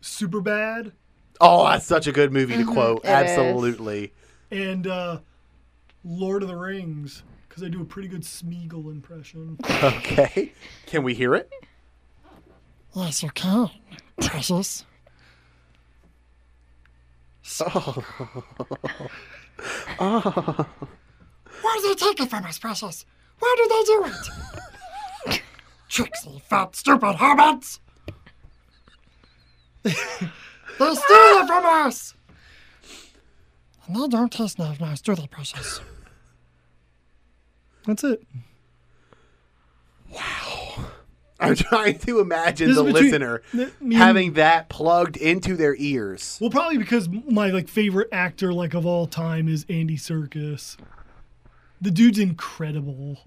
Speaker 2: Super bad
Speaker 1: Oh, that's such a good movie to quote.
Speaker 3: Mm-hmm. it is.
Speaker 1: Absolutely.
Speaker 2: and uh, Lord of the Rings because I do a pretty good Smeagol impression.
Speaker 1: Okay. Can we hear it?
Speaker 4: Yes, you can, precious. Why do they take it from us, precious? Why do they do it? Tricksy, fat, stupid hermits! they steal it from us! And they don't taste nice, nice, do they, precious?
Speaker 2: That's it.
Speaker 1: I'm trying to imagine
Speaker 2: This
Speaker 1: the
Speaker 2: is between-
Speaker 1: listener
Speaker 2: th- me and-
Speaker 1: having that plugged into their ears.
Speaker 2: Well, probably because my like favorite actor like of all time is Andy Circus. The dude's incredible.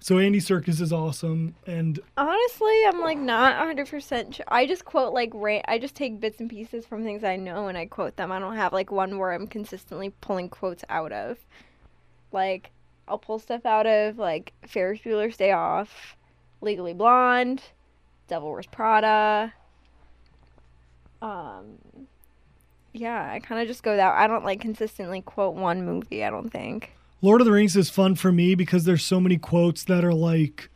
Speaker 2: So Andy Circus is awesome, and
Speaker 3: Honestly, I'm like not 100% sure. I just quote like ra- I just take bits and pieces from things I know and I quote them. I don't have like one where I'm consistently pulling quotes out of. Like I'll pull stuff out of like Ferris Bueller's Day Off, Legally Blonde, Devil Wears Prada. Um yeah, I kind of just go that. I don't like consistently quote one movie, I don't think.
Speaker 2: Lord of the Rings is fun for me because there's so many quotes that are like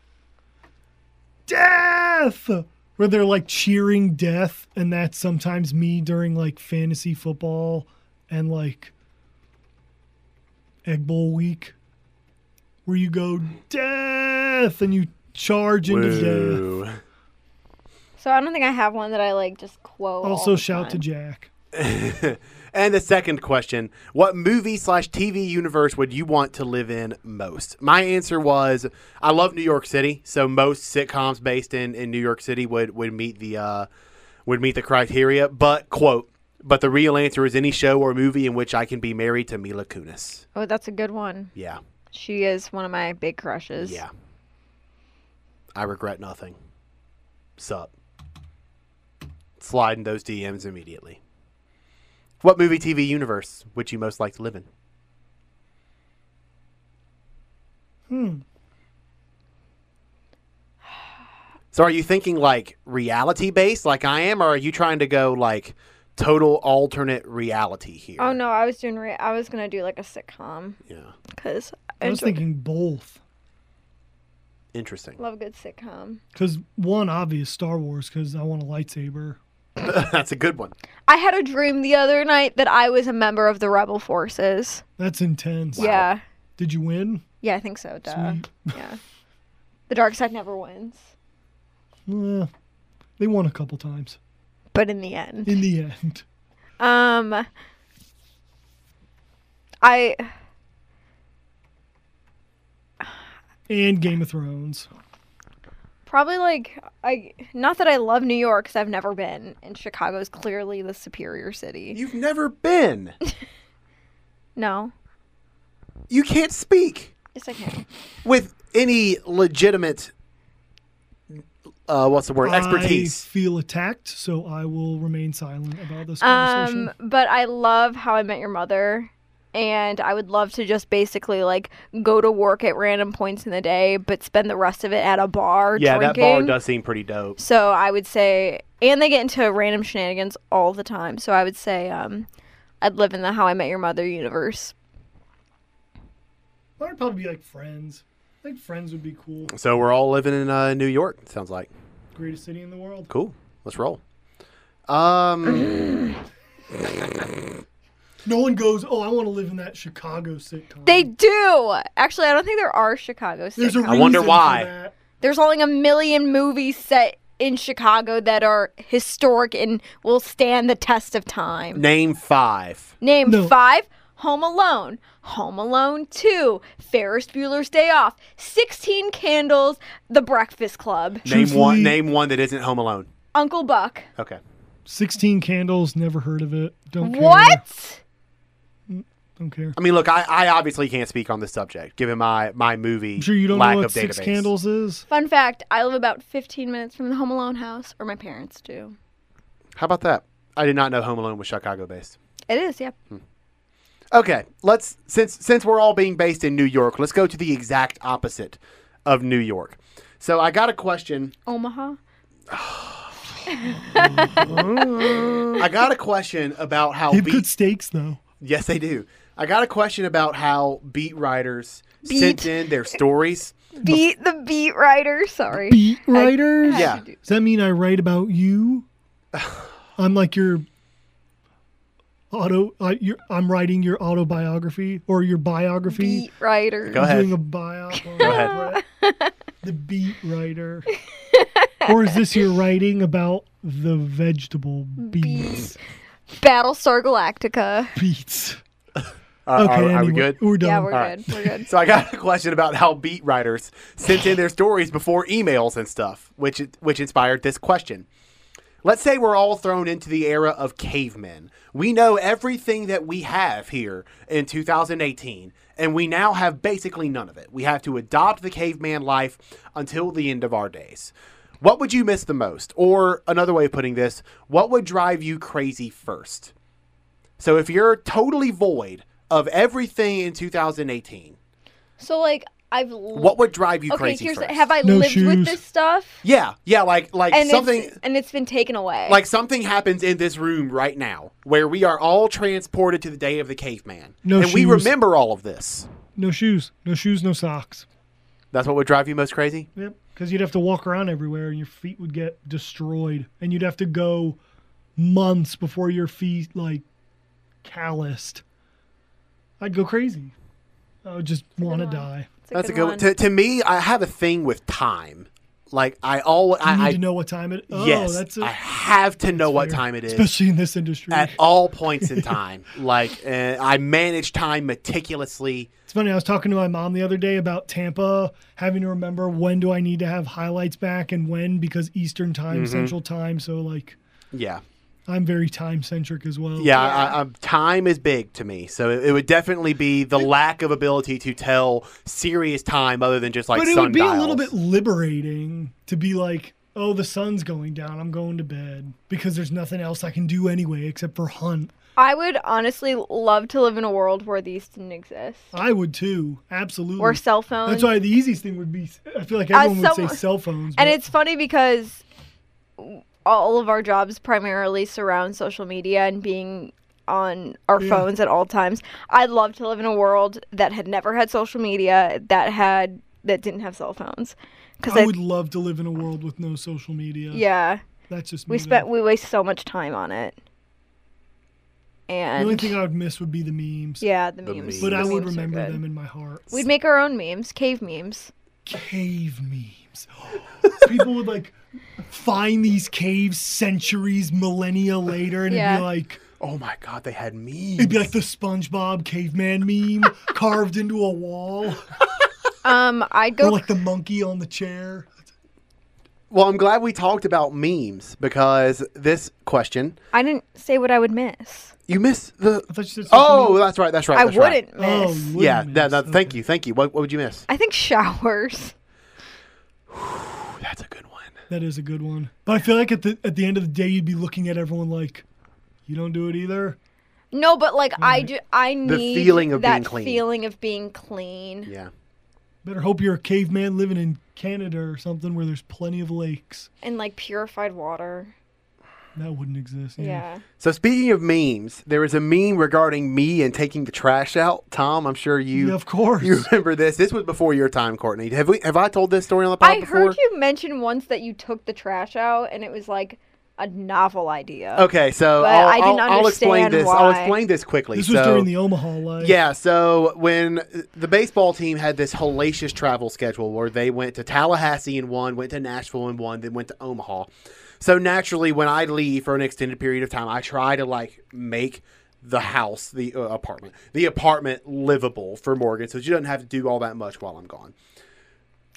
Speaker 2: death where they're like cheering death and that's sometimes me during like fantasy football and like egg bowl week where you go death and you charge into death.
Speaker 1: Woo.
Speaker 3: So I don't think I have one that I like just quote.
Speaker 2: Also shout to Jack.
Speaker 1: And the second question What movie slash TV universe would you want to live in most? My answer was I love New York City. So most sitcoms based in, in New York City would, would meet the uh, would meet the criteria. But quote, but the real answer is any show or movie in which I can be married to Mila Kunis.
Speaker 3: Oh, that's a good one.
Speaker 1: Yeah.
Speaker 3: She is one of my big crushes.
Speaker 1: Yeah. I regret nothing. Sup. Sliding those DMs immediately. What movie, TV universe would you most like to live in?
Speaker 3: Hmm.
Speaker 1: So are you thinking like reality based like I am or are you trying to go like total alternate reality here?
Speaker 3: Oh no, I was doing. Re- I was gonna do like a sitcom
Speaker 1: Yeah.
Speaker 3: because I,
Speaker 2: I was
Speaker 3: enjoy-
Speaker 2: thinking both
Speaker 1: Interesting.
Speaker 3: love a good sitcom.
Speaker 2: cuz one obvious Star Wars cuz I want a lightsaber.
Speaker 1: That's a good one.
Speaker 3: I had a dream the other night that I was a member of the rebel forces.
Speaker 2: That's intense.
Speaker 3: Yeah,
Speaker 2: Did you win?
Speaker 3: yeah, I think so. Duh. Yeah, the dark side never wins,
Speaker 2: Eh, they won a couple times
Speaker 3: but in the end,
Speaker 2: in the end.
Speaker 3: um, I
Speaker 2: And Game of Thrones.
Speaker 3: probably like I not that I love New York because I've never been, and Chicago's clearly the superior city.
Speaker 1: You've never been.
Speaker 3: No,
Speaker 1: You can't speak.
Speaker 3: yes I can.
Speaker 1: with any legitimate uh, what's the word
Speaker 2: I
Speaker 1: expertise
Speaker 2: feel attacked, so I will remain silent about this conversation.
Speaker 3: Um, but I love How I Met Your Mother, and I would love to just basically like go to work at random points in the day, but spend the rest of it at a bar.
Speaker 1: yeah that
Speaker 3: drinking.
Speaker 1: bar does seem pretty dope
Speaker 3: So I would say, and they get into random shenanigans all the time. So I would say, um, I'd live in the How I Met Your Mother universe.
Speaker 2: Mine would probably be like Friends. I think Friends would be cool.
Speaker 1: So we're all living in uh, New York. it Sounds like
Speaker 2: Greatest city in the world.
Speaker 1: cool. Let's roll. Um,
Speaker 2: No one goes, oh, I want to live in that Chicago sitcom.
Speaker 3: They do. Actually, I don't think there are Chicago
Speaker 2: There's a
Speaker 3: sitcoms.
Speaker 1: I wonder
Speaker 2: reason for
Speaker 1: why.
Speaker 2: that.
Speaker 3: There's only a million movies set in Chicago that are historic and will stand the test of time.
Speaker 1: name five.
Speaker 3: Name
Speaker 2: No.
Speaker 3: five Home Alone, Home Alone 2, Ferris Bueller's Day Off, 16 Candles, The Breakfast Club,
Speaker 1: Name one.
Speaker 2: Truthfully-
Speaker 1: Name one that isn't Home Alone.
Speaker 3: Uncle Buck.
Speaker 1: Okay.
Speaker 2: 16 Candles, never heard of it. Don't care.
Speaker 3: What?
Speaker 2: Don't care.
Speaker 1: I mean, look, I, I obviously can't speak on this subject, given my my movie
Speaker 2: I'm sure you don't
Speaker 1: lack
Speaker 2: know what
Speaker 1: of
Speaker 2: Six
Speaker 1: database.
Speaker 2: Candles is.
Speaker 3: Fun fact I live about 15 minutes from the Home Alone house, or my parents do.
Speaker 1: How about that? I did not know Home Alone was Chicago based.
Speaker 3: It is, yeah.
Speaker 1: Hmm. Okay, let's since since we're all being based in New York, let's go to the exact opposite of New York. So I got a question.
Speaker 3: Omaha.
Speaker 1: I got a question about how
Speaker 2: They have
Speaker 1: beat.
Speaker 2: good steaks, though.
Speaker 1: yes, they do. I got a question about how beat writers
Speaker 3: Beat.
Speaker 1: sent in their stories.
Speaker 3: Beat the beat writer. Sorry.
Speaker 2: Beat writers?
Speaker 1: Yeah.
Speaker 2: Does that mean I write about you? I'm like your auto. Uh, your, I'm writing your autobiography or your biography.
Speaker 3: Beat writer.
Speaker 1: Go ahead.
Speaker 2: I'm doing a biop.
Speaker 1: Go
Speaker 2: on
Speaker 1: ahead. Uh,
Speaker 2: The beat writer. or is this your writing about the vegetable beets?
Speaker 3: Battlestar Galactica.
Speaker 2: Beets.
Speaker 1: Are,
Speaker 2: Okay,
Speaker 1: are, are we
Speaker 2: anyway,
Speaker 1: good?
Speaker 2: We're done.
Speaker 3: Yeah, we're
Speaker 1: All right.
Speaker 3: good. We're good.
Speaker 1: So I got a question about how beat writers sent in their stories before emails and stuff, which which inspired this question. Let's say we're all thrown into the era of cavemen. We know everything that we have here in 2018, and we now have basically none of it. We have to adopt the caveman life until the end of our days. What would you miss the most? Or another way of putting this, what would drive you crazy first? So if you're totally void of everything in 2018,
Speaker 3: So like I've l-
Speaker 1: what would drive you
Speaker 3: okay.
Speaker 1: crazy
Speaker 3: Here's
Speaker 1: first?
Speaker 3: have I
Speaker 2: No
Speaker 3: lived with
Speaker 2: shoes.
Speaker 3: this stuff
Speaker 1: yeah, yeah, like like
Speaker 3: and
Speaker 1: something
Speaker 3: it's, and it's been taken away.
Speaker 1: like something happens in this room right now where we are all transported to the day of the caveman,
Speaker 2: No
Speaker 1: and we
Speaker 2: shoes.
Speaker 1: remember all of this.
Speaker 2: No shoes. No shoes, no socks.
Speaker 1: That's what would drive you most crazy.
Speaker 2: Yep. Because you'd have to walk around everywhere and your feet would get destroyed. And you'd have to go months before your feet, like, calloused. I'd go crazy. I would just want to
Speaker 3: one.
Speaker 2: die.
Speaker 1: That's a good. one. To, to me, I have a thing with time. Like I all
Speaker 2: You need
Speaker 1: I,
Speaker 2: to
Speaker 1: I
Speaker 2: know what time it Oh,
Speaker 1: yes,
Speaker 2: that's it.
Speaker 1: I have to know what
Speaker 2: fair.
Speaker 1: time it is.
Speaker 2: Especially in this industry.
Speaker 1: at all points in time, like uh, I manage time meticulously.
Speaker 2: It's funny. I was talking to my mom the other day about Tampa having to remember when do I need to have highlights back and when because Eastern time,
Speaker 1: Mm-hmm.
Speaker 2: Central time. So like,
Speaker 1: Yeah,
Speaker 2: I'm very time centric as well.
Speaker 1: Yeah, I, I, time is big to me, so it, it would definitely be the lack of ability to tell serious time other than just like
Speaker 2: but it would be a little
Speaker 1: sundials.
Speaker 2: bit liberating to be like, oh, the sun's going down. I'm going to bed because there's nothing else I can do anyway except for hunt.
Speaker 3: I would honestly love to live in a world where these didn't exist
Speaker 2: I would too. Absolutely.
Speaker 3: or cell phones.
Speaker 2: That's why the easiest thing would be. I feel like everyone would
Speaker 3: someone-
Speaker 2: say cell phones.
Speaker 3: And
Speaker 2: but-
Speaker 3: it's funny because all of our jobs primarily surround social media and being on our
Speaker 2: Yeah.
Speaker 3: phones at all times. I'd love to live in a world that had never had social media, that had that didn't have cell phones, because
Speaker 2: I
Speaker 3: I,
Speaker 2: would love to live in a world with no social media.
Speaker 3: yeah,
Speaker 2: That's just me.
Speaker 3: we
Speaker 2: though.
Speaker 3: spent we waste so much time on it,
Speaker 2: The only
Speaker 3: and
Speaker 2: thing I would miss would be the memes.
Speaker 3: yeah, the,
Speaker 1: The
Speaker 3: memes.
Speaker 1: memes.
Speaker 2: But
Speaker 3: The
Speaker 2: I would
Speaker 3: memes are
Speaker 2: remember
Speaker 3: good.
Speaker 2: them in my heart.
Speaker 3: We'd make our own memes, cave memes.
Speaker 2: Cave memes. People would like find these caves centuries, millennia later, and
Speaker 3: Yeah.
Speaker 2: it'd be like
Speaker 1: Oh my god, they had me.
Speaker 2: it'd be like the SpongeBob caveman meme carved into a wall,
Speaker 3: Um, I'd
Speaker 2: or
Speaker 3: go
Speaker 2: like the monkey on the chair.
Speaker 1: well, I'm glad we talked about memes because this question
Speaker 3: I didn't say what I would miss.
Speaker 1: you miss the.
Speaker 2: I thought you said. social
Speaker 1: Oh,
Speaker 2: media.
Speaker 1: that's right. That's right.
Speaker 3: I
Speaker 1: that's right.
Speaker 3: wouldn't
Speaker 2: Oh,
Speaker 3: miss.
Speaker 2: you
Speaker 1: Yeah,
Speaker 2: wouldn't
Speaker 1: that,
Speaker 2: miss.
Speaker 1: that, thank
Speaker 2: Okay.
Speaker 1: you, thank you. What, what would you miss?
Speaker 3: I think showers.
Speaker 1: Ooh, that's a good one.
Speaker 2: That is a good one. But I feel like at the at the end of the day, you'd be looking at everyone like, "You don't do it either."
Speaker 3: No, but like I ju- I need
Speaker 1: feeling of
Speaker 3: that
Speaker 1: being clean.
Speaker 3: feeling of being clean.
Speaker 1: Yeah,
Speaker 2: Better hope you're a caveman living in Canada or something where there's plenty of lakes.
Speaker 3: and like purified water.
Speaker 2: That wouldn't exist.
Speaker 3: Yeah.
Speaker 1: So speaking of memes, there was a meme regarding me and taking the trash out. Tom, I'm sure you
Speaker 2: Yeah, of course.
Speaker 1: you remember this. This was before your time, Courtney. Have we have I told this story on the pod
Speaker 3: I
Speaker 1: before?
Speaker 3: heard you mention once that you took the trash out and it was like a novel idea.
Speaker 1: Okay, so
Speaker 3: But
Speaker 1: I'll,
Speaker 3: I didn't
Speaker 1: I'll, I'll explain
Speaker 3: understand
Speaker 1: this. I'll
Speaker 3: why.
Speaker 1: explain this quickly.
Speaker 2: This
Speaker 1: so,
Speaker 2: was during the Omaha life.
Speaker 1: Yeah, so when the baseball team had this hellacious travel schedule where they went to Tallahassee in one, went to Nashville in one, then went to Omaha. So naturally, when I leave for an extended period of time, I try to like make the house, the uh, apartment, the apartment livable for Morgan, so she doesn't have to do all that much while I'm gone.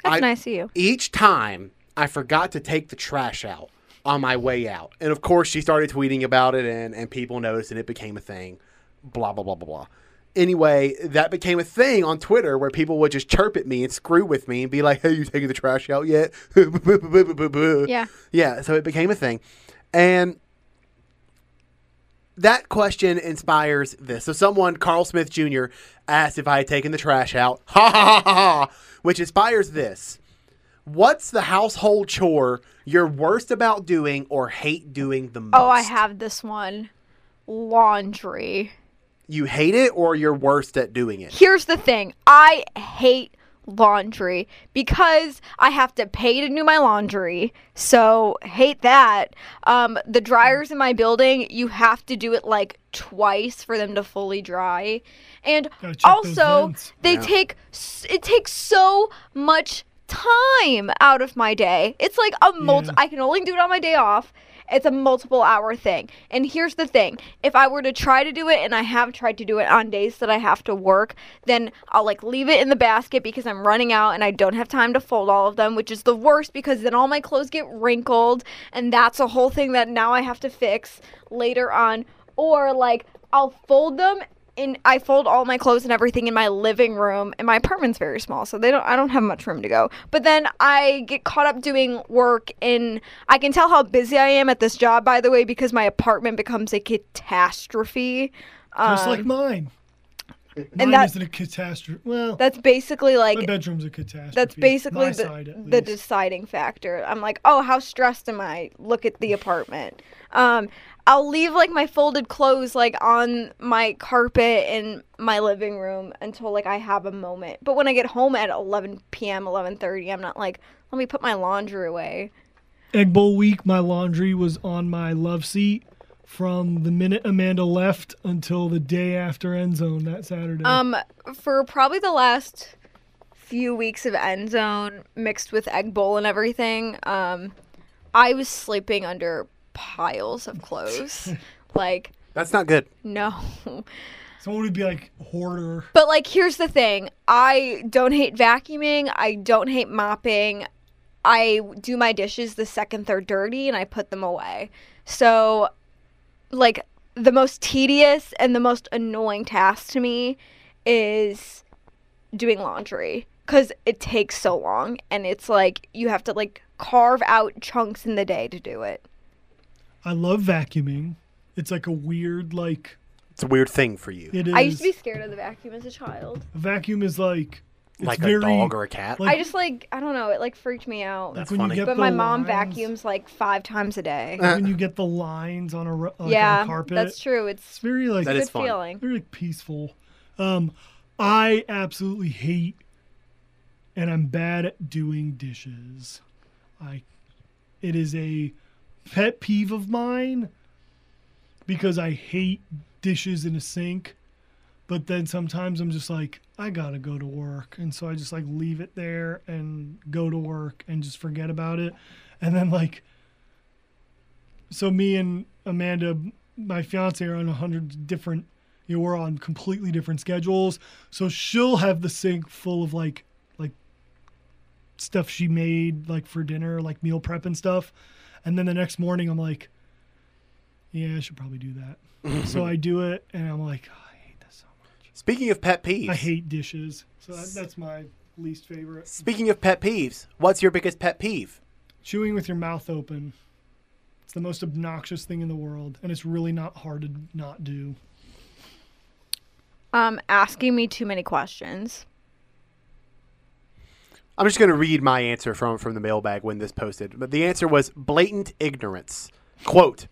Speaker 3: That's
Speaker 1: I-
Speaker 3: nice of you.
Speaker 1: Each time I forgot to take the trash out on my way out. And of course, she started tweeting about it and, and people noticed and it became a thing. Blah, blah, blah, blah, blah. Anyway, that became a thing on Twitter where people would just chirp at me and screw with me and be like, hey, you taking the trash out yet?
Speaker 3: Yeah.
Speaker 1: Yeah. So it became a thing. And that question inspires this. So someone, Carl Smith Jr., asked if I had taken the trash out. Ha ha ha ha ha. Which inspires this. What's the household chore you're worst about doing or hate doing the most?
Speaker 3: Oh, I have this one. Laundry.
Speaker 1: You hate it or you're worst at doing it?
Speaker 3: Here's the thing. I hate laundry because I have to pay to do my laundry. So, hate that. Um the dryers in my building, you have to do it like twice for them to fully dry. And
Speaker 2: Gotta check those
Speaker 3: also,
Speaker 2: vents.
Speaker 3: they
Speaker 1: Yeah.
Speaker 3: take s- it takes so much time out of my day. It's like a multi
Speaker 2: Yeah.
Speaker 3: I can only do it on my day off. It's a multiple hour thing. And here's the thing. If I were to try to do it and I have tried to do it on days that I have to work, then I'll like leave it in the basket because I'm running out and I don't have time to fold all of them, which is the worst because then all my clothes get wrinkled and that's a whole thing that now I have to fix later on or like I'll fold them and I fold all my clothes and everything in my living room and my apartment's very small so they don't I don't have much room to go. But then I get caught up doing work and I can tell how busy I am at this job by the way because my apartment becomes a catastrophe.
Speaker 2: Just
Speaker 3: Um,
Speaker 2: like mine.
Speaker 3: and
Speaker 2: mine
Speaker 3: that-
Speaker 2: isn't a catastrophe. Well,
Speaker 3: that's basically like
Speaker 2: my bedroom's a catastrophe.
Speaker 3: that's basically
Speaker 2: my
Speaker 3: the,
Speaker 2: side, at
Speaker 3: the
Speaker 2: least.
Speaker 3: deciding factor. I'm like, oh, how stressed am I? Look at the apartment. Um, I'll leave like my folded clothes like on my carpet in my living room until like I have a moment. But when I get home at 11 p.m., 11:30, I'm not like, let me put my laundry away.
Speaker 2: Egg Bowl week, my laundry was on my love seat from the minute Amanda left until the day after end zone that Saturday.
Speaker 3: Um, for probably the last few weeks of end zone mixed with egg bowl and everything, um, I was sleeping under piles of clothes. like
Speaker 1: That's not good.
Speaker 3: No.
Speaker 2: Someone would be like hoarder.
Speaker 3: But like here's the thing. I don't hate vacuuming. I don't hate mopping. I do my dishes the second they're dirty and I put them away. So like the most tedious and the most annoying task to me is doing laundry cuz it takes so long and it's like you have to like carve out chunks in the day to do it.
Speaker 2: I love vacuuming. It's like a weird like
Speaker 1: It's a weird thing for you.
Speaker 2: it is.
Speaker 3: I used to be scared of the vacuum as a child.
Speaker 2: a vacuum is like it's
Speaker 1: like
Speaker 2: very,
Speaker 1: a dog or a cat.
Speaker 2: like-
Speaker 3: I just like I don't know, it like freaked me out.
Speaker 1: That's
Speaker 2: when
Speaker 1: funny.
Speaker 2: You get
Speaker 3: But
Speaker 2: the
Speaker 3: my mom
Speaker 2: lines-
Speaker 3: vacuums like five times a day.
Speaker 1: Uh,
Speaker 2: When you get the lines on a ru- like, on
Speaker 3: yeah,
Speaker 2: carpet,
Speaker 3: that's true.
Speaker 2: it's
Speaker 3: It's
Speaker 2: very like
Speaker 1: That
Speaker 3: a
Speaker 1: is
Speaker 3: good
Speaker 1: fun.
Speaker 3: feeling.
Speaker 2: They're like peaceful. Um, I absolutely hate, and I'm bad at doing dishes. I, it is a pet peeve of mine because I hate dishes in a sink. But then sometimes I'm just like, I gotta go to work, and so I just like leave it there and go to work and just forget about it. And then like so me and Amanda, my fiance, are on a hundred different. You know, we're on completely different schedules. So she'll have the sink full of like, like stuff she made like for dinner, like meal prep and stuff. And then the next morning, I'm like, yeah, I should probably do that. so I do it, and I'm like, "Oh, I hate this so much.
Speaker 1: Speaking of pet peeves,
Speaker 2: I hate dishes. So that, that's my least favorite.
Speaker 1: Speaking of pet peeves, what's your biggest pet peeve?
Speaker 2: Chewing with your mouth open. It's the most obnoxious thing in the world, and it's really not hard to not do.
Speaker 3: Um, asking me too many questions.
Speaker 1: I'm just going to read my answer from from the mailbag when this posted. But the answer was blatant ignorance. Quote: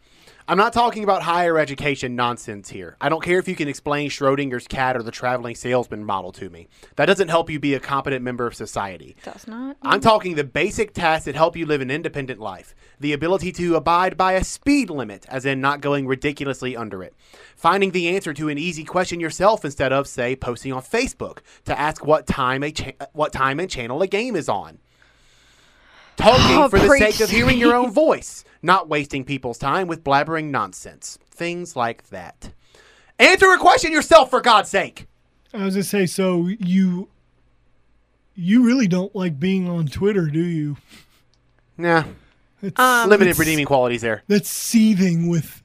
Speaker 1: I'm not talking about higher education nonsense here. I don't care if you can explain Schrodinger's cat or the traveling salesman model to me. That doesn't help you be a competent member of society.
Speaker 3: Does not.
Speaker 1: I'm talking the basic tasks that help you live an independent life. The ability to abide by a speed limit, as in not going ridiculously under it. Finding the answer to an easy question yourself instead of, say, posting on Facebook to ask what time a cha- what time and channel a game is on. Talking
Speaker 3: Oh,
Speaker 1: for the
Speaker 3: preach.
Speaker 1: sake of hearing your own voice, not wasting people's time with blabbering nonsense. Things like that. Answer a question yourself, for God's sake.
Speaker 2: I was gonna say, so you you really don't like being on Twitter, do you?
Speaker 1: Nah,
Speaker 2: It's,
Speaker 3: Uh,
Speaker 1: limited
Speaker 3: Um,
Speaker 2: it's-
Speaker 1: redeeming qualities there.
Speaker 2: That's seething with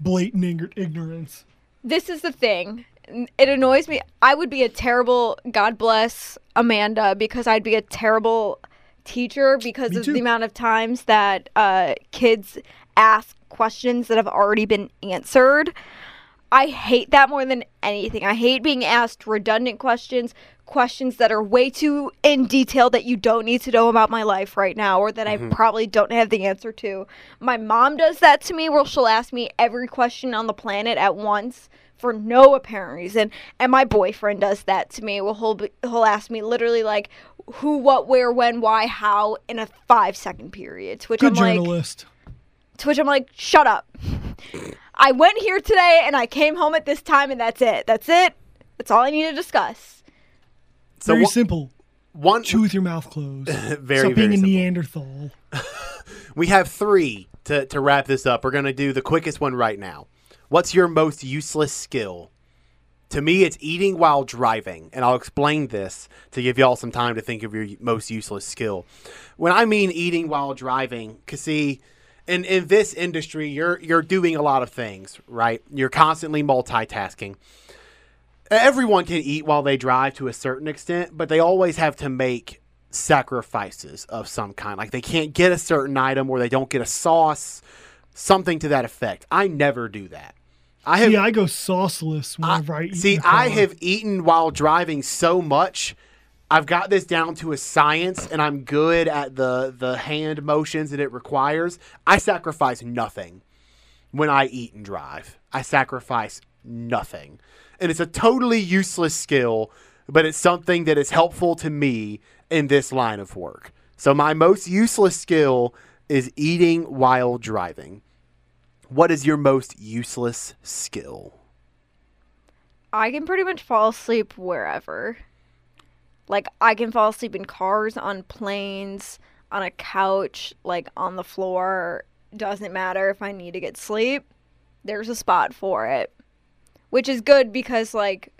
Speaker 2: blatant ign- ignorance.
Speaker 3: this is the thing. It annoys me. I would be a terrible, God bless Amanda, because I'd be a terrible teacher because
Speaker 2: Me
Speaker 3: of
Speaker 2: too.
Speaker 3: the amount of times that uh, kids ask questions that have already been answered. I hate that more than anything. I hate being asked redundant questions, questions that are way too in detail that you don't need to know about my life right now or that I probably don't have the answer to. My mom does that to me where she'll ask me every question on the planet at once for no apparent reason. And my boyfriend does that to me. Well, he'll, be, he'll ask me literally like who, what, where, when, why, how in a five second period, which
Speaker 2: Good
Speaker 3: I'm like,
Speaker 2: journalist.
Speaker 3: to which I'm like, shut up. I went here today and I came home at this time and that's it. That's it. That's all I need to discuss.
Speaker 1: So
Speaker 2: very
Speaker 1: wha-
Speaker 2: simple.
Speaker 1: one,
Speaker 2: Chew with your mouth closed. very,
Speaker 1: very,
Speaker 2: Stop being
Speaker 1: very
Speaker 2: a
Speaker 1: simple.
Speaker 2: Neanderthal.
Speaker 1: We have three to, to wrap this up. We're going to do the quickest one right now. What's your most useless skill? To me, it's eating while driving. And I'll explain this to give y'all some time to think of your most useless skill. When I mean eating while driving, because see, in, in this industry, you're, you're doing a lot of things, right? You're constantly multitasking everyone can eat while they drive to a certain extent, but they always have to make sacrifices of some kind. Like they can't get a certain item or they don't get a sauce, something to that effect. I never do that. I have
Speaker 2: See, I go sauceless whenever I, eat. in
Speaker 1: See,
Speaker 2: the
Speaker 1: I
Speaker 2: car.
Speaker 1: have eaten while driving so much. I've got this down to a science, and I'm good at the the hand motions that it requires. I sacrifice nothing when I eat and drive. I sacrifice nothing, and it's a totally useless skill, but it's something that is helpful to me in this line of work. So my most useless skill is eating while driving. What is your most useless skill?
Speaker 3: I can pretty much fall asleep wherever. Like I can fall asleep in cars, on planes, on a couch, like on the floor. Doesn't matter if I need to get sleep. There's a spot for it. Which is good because like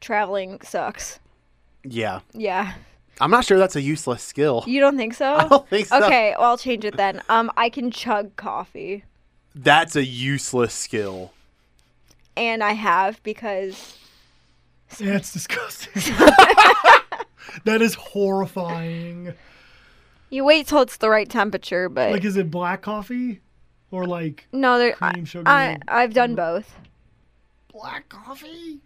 Speaker 3: traveling sucks.
Speaker 1: Yeah.
Speaker 3: Yeah.
Speaker 1: I'm not sure that's a useless skill.
Speaker 3: You don't think so?
Speaker 1: I don't think so.
Speaker 3: Okay, well I'll change it then. Um I can chug coffee.
Speaker 1: That's a useless skill.
Speaker 3: and I have because
Speaker 2: That's disgusting. that is horrifying.
Speaker 3: you wait till it's the right temperature. But
Speaker 2: Like, is it black coffee or like
Speaker 3: no, there,
Speaker 2: cream,
Speaker 3: I,
Speaker 2: sugar,
Speaker 3: I I've done both.
Speaker 4: Black coffee?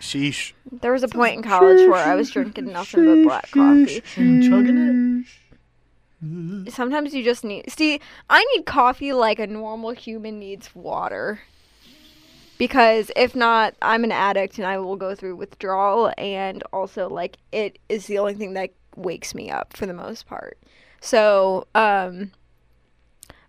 Speaker 1: Sheesh.
Speaker 3: There was a point in college where I was drinking nothing but black coffee.
Speaker 2: and chugging it?
Speaker 3: Sometimes you just need see. I need coffee like a normal human needs water. Because if not, I'm an addict and I will go through withdrawal. And also, like, it is the only thing that wakes me up for the most part. So, um,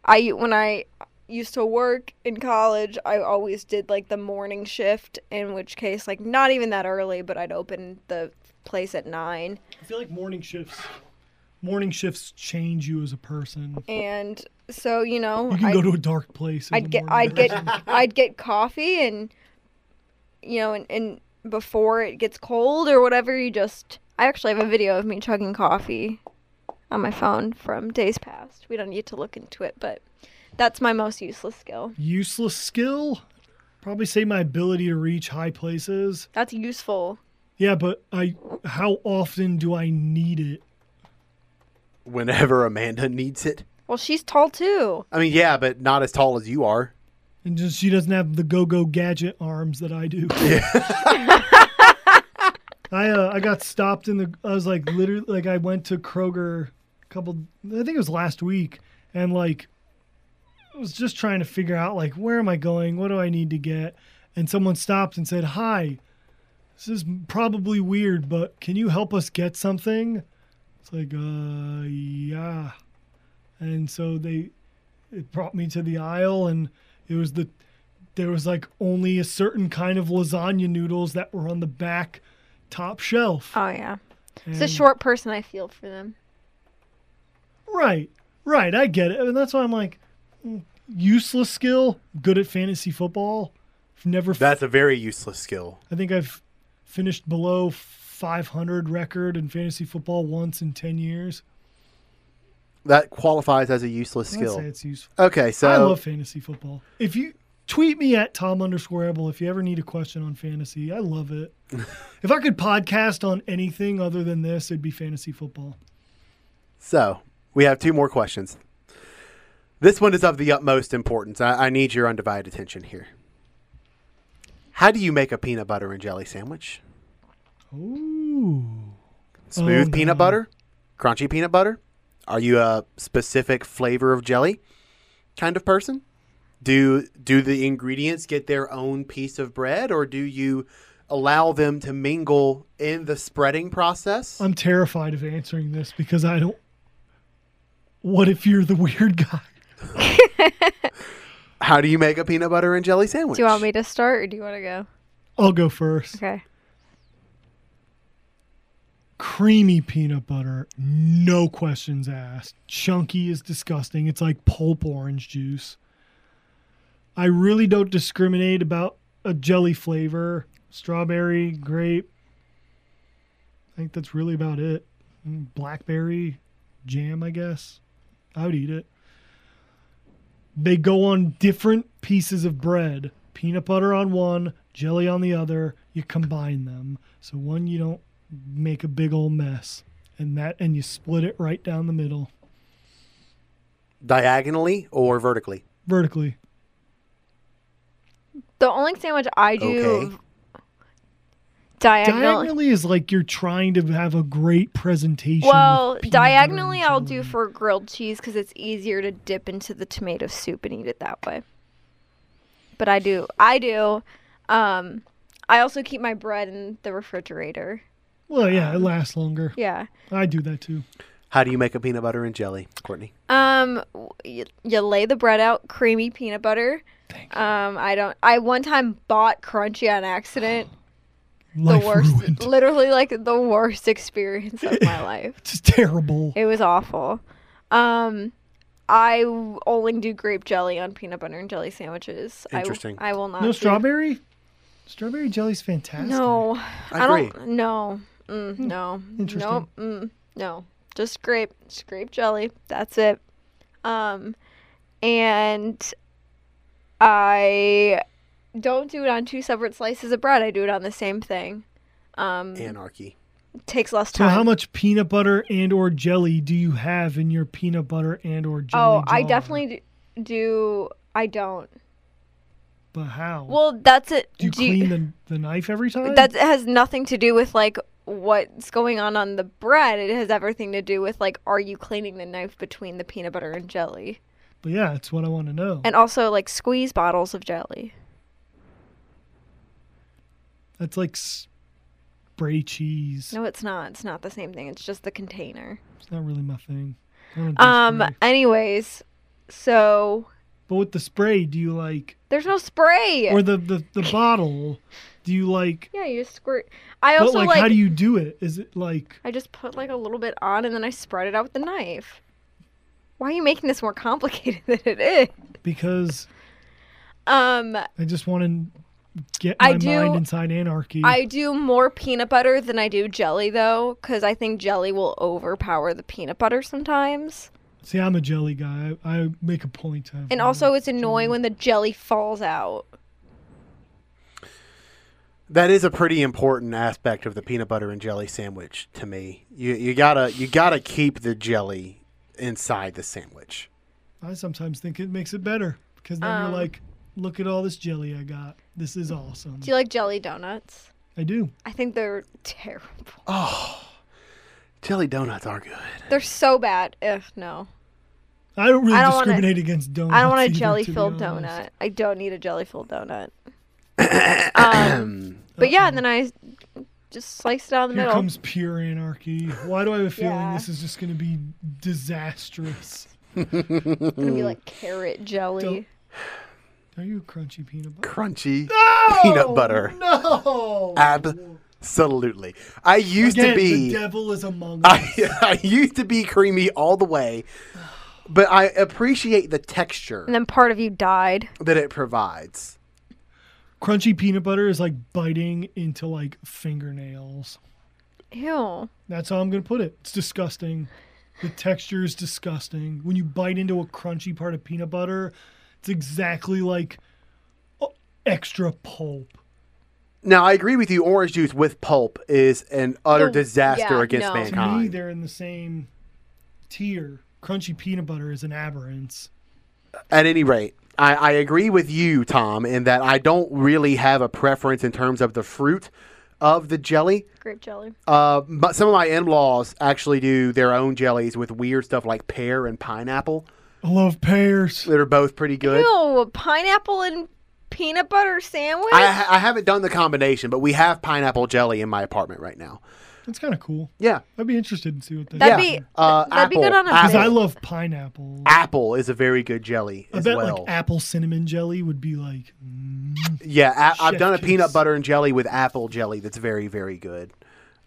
Speaker 3: I when I used to work in college, I always did like the morning shift. In which case, like, not even that early, but I'd open the place at nine.
Speaker 2: I feel like morning shifts. Morning shifts change you as a person.
Speaker 3: And so, you know,
Speaker 2: You can
Speaker 3: I-
Speaker 2: go to a dark place. as a
Speaker 3: I'd get
Speaker 2: morning
Speaker 3: I'd get
Speaker 2: person.
Speaker 3: I'd get coffee and you know and, and before it gets cold or whatever you just I actually have a video of me chugging coffee on my phone from days past. We don't need to look into it, but that's my most useless skill.
Speaker 2: useless skill. Probably say my ability to reach high places.
Speaker 3: That's useful.
Speaker 2: Yeah, but I how often do I need it?
Speaker 1: Whenever Amanda needs it.
Speaker 3: Well, she's tall too.
Speaker 1: I mean, yeah, but not as tall as you are.
Speaker 2: And just she doesn't have the go-go gadget arms that I do. I uh, I got stopped in the. I was like literally like I went to Kroger a couple. I think it was last week, and like was just trying to figure out like where am I going? What do I need to get? And someone stopped and said, "Hi, this is probably weird, but can you help us get something?" It's like, uh, yeah. And so they it brought me to the aisle, and it was the there was like only a certain kind of lasagna noodles that were on the back top shelf.
Speaker 3: Oh yeah. It's a
Speaker 2: And-
Speaker 3: short person. I feel for them.
Speaker 2: Right, right. I get it, and that's why I'm like, mm, useless skill. Good at fantasy football. I've never. f-
Speaker 1: That's a very useless skill.
Speaker 2: I think I've finished below 500 record in fantasy football once in 10 years.
Speaker 1: That qualifies as a useless
Speaker 2: I'd
Speaker 1: skill.
Speaker 2: say it's useful.
Speaker 1: Okay, so
Speaker 2: I love fantasy football. If you tweet me at Tom underscore Ebel if you ever need a question on fantasy, I love it. if I could podcast on anything other than this, it'd be fantasy football.
Speaker 1: So we have two more questions. This one is of the utmost importance. I, I need your undivided attention here. How do you make a peanut butter and jelly sandwich?
Speaker 2: Ooh.
Speaker 1: Smooth
Speaker 2: Oh,
Speaker 1: peanut
Speaker 2: no.
Speaker 1: butter? Crunchy peanut butter? Are you a specific flavor of jelly kind of person? Do do the ingredients get their own piece of bread or do you allow them to mingle in the spreading process?
Speaker 2: I'm terrified of answering this because I don't. What if you're the weird guy?
Speaker 1: How do you make a peanut butter and jelly sandwich?
Speaker 3: Do you want me to start or do you want to go?
Speaker 2: I'll go first.
Speaker 3: Okay.
Speaker 2: Creamy peanut butter, no questions asked. Chunky is disgusting. It's like pulp orange juice. I really don't discriminate about a jelly flavor strawberry, grape. I think that's really about it. Mm, Blackberry, jam, I guess. I would eat it. They go on different pieces of bread peanut butter on one, jelly on the other. You combine them. So one, you don't make a big old mess. And that, and you split it right down the middle
Speaker 1: Diagonally or vertically?
Speaker 2: vertically.
Speaker 3: The only sandwich I do
Speaker 1: Okay.
Speaker 3: diagonal.
Speaker 2: Diagonally is like you're trying to have a great presentation. with
Speaker 3: Well,
Speaker 2: peanut butter
Speaker 3: diagonally,
Speaker 2: and
Speaker 3: I'll
Speaker 2: jelly.
Speaker 3: do for grilled cheese because it's easier to dip into the tomato soup and eat it that way. But I do, I do. Um, I also keep my bread in the refrigerator.
Speaker 2: Well, yeah, it lasts longer.
Speaker 3: Yeah.
Speaker 2: I do that too.
Speaker 1: How do you make a peanut butter and jelly, Courtney?
Speaker 3: Um, w- you, you lay the bread out, creamy peanut butter.
Speaker 2: Thank
Speaker 3: Um, I don't. I one time bought crunchy on accident. The
Speaker 2: Life
Speaker 3: worst,
Speaker 2: ruined.
Speaker 3: literally like the worst experience of my life.
Speaker 2: It's just terrible.
Speaker 3: It was awful. Um, I w- only do grape jelly on peanut butter and jelly sandwiches. I w-
Speaker 1: Interesting.
Speaker 3: I, will not.
Speaker 2: No
Speaker 3: do-
Speaker 2: strawberry. Strawberry jelly's fantastic.
Speaker 3: No, I,
Speaker 1: agree.
Speaker 3: don't. No, mm, no,
Speaker 2: Hmm. Interesting.
Speaker 3: no, mm, no. Just grape, just grape jelly. That's it. Um, and I don't do it on two separate slices of bread. I do it on the same thing. Um,
Speaker 1: Anarchy.
Speaker 3: takes less
Speaker 2: So
Speaker 3: time.
Speaker 2: how much peanut butter and or jelly do you have in your peanut butter and or jelly?
Speaker 3: oh, I
Speaker 2: jar?
Speaker 3: definitely d- do. I don't.
Speaker 2: But how?
Speaker 3: Well, that's it. Mm.
Speaker 2: do you clean the, the knife every time?
Speaker 3: that has nothing to do with like what's going on on the bread. It has everything to do with like are you cleaning the knife between the peanut butter and jelly,
Speaker 2: But yeah, it's what I want to know.
Speaker 3: and also like squeeze bottles of jelly.
Speaker 2: That's like spray cheese.
Speaker 3: No, it's not. It's not the same thing. It's just the container.
Speaker 2: It's not really my thing. I don't do
Speaker 3: Um.
Speaker 2: spray.
Speaker 3: Anyways, so
Speaker 2: But with the spray, do you like
Speaker 3: there's no spray.
Speaker 2: or the the, the bottle? Do you like?
Speaker 3: yeah, you just squirt. I
Speaker 2: But
Speaker 3: also
Speaker 2: like,
Speaker 3: like.
Speaker 2: how do you do it? Is it like
Speaker 3: I just put like a little bit on, and then I spread it out with the knife. Why are you making this more complicated than it is?
Speaker 2: because
Speaker 3: Um.
Speaker 2: I just want to get my
Speaker 3: I do-
Speaker 2: mind inside anarchy?
Speaker 3: I do more peanut butter than I do jelly though, because I think jelly will overpower the peanut butter sometimes.
Speaker 2: See, I'm a jelly guy. I, I make a point to. Have
Speaker 3: And
Speaker 2: more.
Speaker 3: also, it's annoying when the jelly falls out.
Speaker 1: That is a pretty important aspect of the peanut butter and jelly sandwich to me. You you gotta you gotta keep the jelly inside the sandwich.
Speaker 2: I sometimes think it makes it better because then
Speaker 3: Um,
Speaker 2: you're like, look at all this jelly I got. This is awesome.
Speaker 3: Do you like jelly donuts?
Speaker 2: I do.
Speaker 3: I think they're terrible.
Speaker 1: Jelly donuts are good.
Speaker 3: They're so bad. Ugh, no.
Speaker 2: I don't really
Speaker 3: I don't wanna-
Speaker 2: discriminate against donuts.
Speaker 3: I don't want a
Speaker 2: either,
Speaker 3: jelly
Speaker 2: to be
Speaker 3: filled
Speaker 2: honest.
Speaker 3: donut. I don't need a jelly filled donut. um, but yeah, and then I just sliced it out in the
Speaker 2: Here
Speaker 3: middle.
Speaker 2: comes pure anarchy. Why do I have a feeling
Speaker 3: Yeah.
Speaker 2: this is just going to be disastrous?
Speaker 3: it's gonna be like carrot jelly.
Speaker 2: Are you a crunchy peanut butter?
Speaker 1: Crunchy
Speaker 2: No!
Speaker 1: peanut butter.
Speaker 2: No.
Speaker 1: Absolutely. I used
Speaker 2: Again,
Speaker 1: to be.
Speaker 2: the devil is among us.
Speaker 1: I, I used to be creamy all the way, but I appreciate the texture
Speaker 3: And then part of you died.
Speaker 1: that it provides.
Speaker 2: Crunchy peanut butter is like biting into like fingernails.
Speaker 3: Ew.
Speaker 2: That's how I'm going to put it. It's disgusting. The texture is disgusting. When you bite into a crunchy part of peanut butter, it's exactly like oh, extra pulp.
Speaker 1: Now I agree with you. Orange juice with pulp is an utter
Speaker 3: The-
Speaker 1: disaster
Speaker 3: Oh, yeah,
Speaker 1: against
Speaker 3: no. To me,
Speaker 2: To me,
Speaker 1: mankind.
Speaker 2: they're in the same tier. Crunchy peanut butter is an aberrance.
Speaker 1: At any rate, I, I agree with you, Tom, in that I don't really have a preference in terms of the fruit of the jelly.
Speaker 3: Grape jelly.
Speaker 1: Uh, but some of my in-laws actually do their own jellies with weird stuff like pear and pineapple
Speaker 2: I love pears.
Speaker 1: that are both pretty good.
Speaker 3: Ew, a pineapple and peanut butter sandwich?
Speaker 1: I, ha- I haven't done the combination, but we have pineapple jelly in my apartment right now.
Speaker 2: That's kind of cool.
Speaker 1: Yeah,
Speaker 2: I'd be interested to see what that is.
Speaker 3: That'd
Speaker 1: yeah.
Speaker 3: be-
Speaker 1: uh,
Speaker 3: that'd be
Speaker 1: apple,
Speaker 3: good on a
Speaker 2: Because I
Speaker 1: apple.
Speaker 2: love pineapple.
Speaker 1: apple is a very good jelly
Speaker 2: I
Speaker 1: as
Speaker 2: bet
Speaker 1: well.
Speaker 2: like apple cinnamon jelly would be like. mm.
Speaker 1: yeah, a- I've
Speaker 2: Chef
Speaker 1: done a peanut
Speaker 2: kiss.
Speaker 1: butter and jelly with apple jelly that's very very good.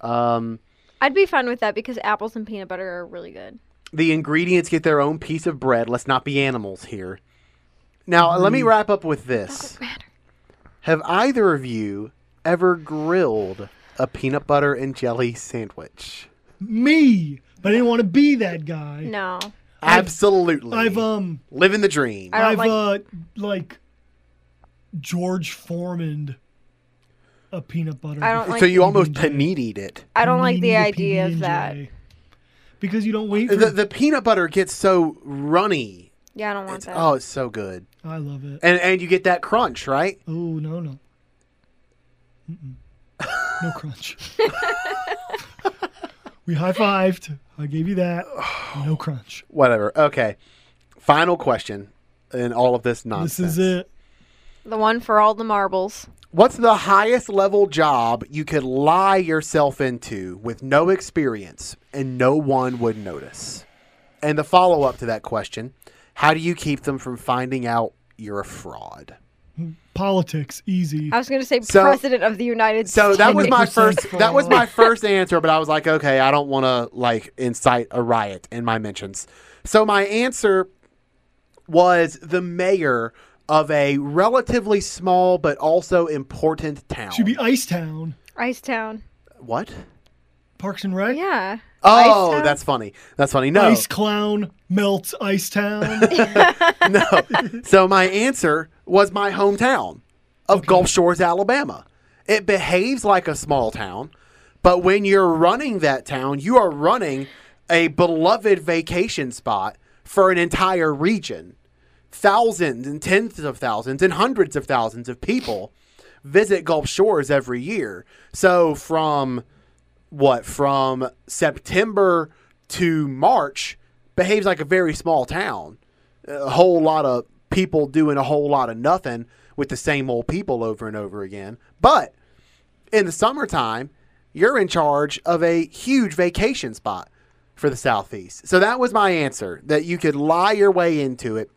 Speaker 1: Um,
Speaker 3: I'd be fine with that because apples and peanut butter are really good.
Speaker 1: the ingredients get their own piece of bread. Let's not be animals here. Now, let
Speaker 2: Mm.
Speaker 1: me wrap up with this. Have either of you ever grilled a peanut butter and jelly sandwich?
Speaker 2: Me, but I didn't want to be that guy.
Speaker 3: No.
Speaker 1: Absolutely.
Speaker 2: I've um,
Speaker 1: Living the dream.
Speaker 3: I don't
Speaker 2: I've
Speaker 3: like-
Speaker 2: uh, like George Foreman a peanut butter.
Speaker 3: I don't like
Speaker 1: so you almost panitied it.
Speaker 3: I don't like the
Speaker 2: Panini
Speaker 3: idea of
Speaker 2: PB&J.
Speaker 3: that.
Speaker 2: because you don't wait for.
Speaker 1: Uh, The, the peanut butter gets so runny.
Speaker 3: Yeah, I don't want
Speaker 1: It's,
Speaker 3: that.
Speaker 1: oh, it's so good.
Speaker 2: I love it.
Speaker 1: And and you get that crunch, right?
Speaker 2: Oh no no. Mm-mm. No crunch. we high fived. I gave you that. No crunch.
Speaker 1: Whatever. Okay. Final question in all of this nonsense.
Speaker 2: This is it.
Speaker 3: The one for all the marbles.
Speaker 1: What's the highest level job you could lie yourself into with no experience and no one would notice? And the follow up to that question how do you keep them from finding out you're a fraud?
Speaker 2: Politics easy.
Speaker 3: I was going to say
Speaker 1: So-
Speaker 3: president of the United
Speaker 1: So
Speaker 3: States.
Speaker 1: that was my
Speaker 2: 100%
Speaker 1: first that was
Speaker 2: fraud.
Speaker 1: my first answer, but I was like, okay, I don't want to like incite a riot in my mentions. So my answer was the mayor of a relatively small but also important town.
Speaker 2: Should be Ice Town,
Speaker 3: Ice Town.
Speaker 1: what?
Speaker 2: Parks and Rec.
Speaker 3: Yeah.
Speaker 1: Oh,
Speaker 3: Ice Town?
Speaker 1: that's funny. That's funny. No,
Speaker 2: Ice Clown melts Ice Town.
Speaker 1: no. So my answer was my hometown of Gulf Shores, Alabama. It behaves like a small town, but when you're running that town, you are running a beloved vacation spot for an entire region. Thousands and tens of thousands and hundreds of thousands of people visit Gulf Shores every year. So from what from September to March behaves like a very small town. A whole lot of people doing a whole lot of nothing with the same old people over and over again. But in the summertime, you're in charge of a huge vacation spot for the Southeast. So that was my answer that you could lie your way into it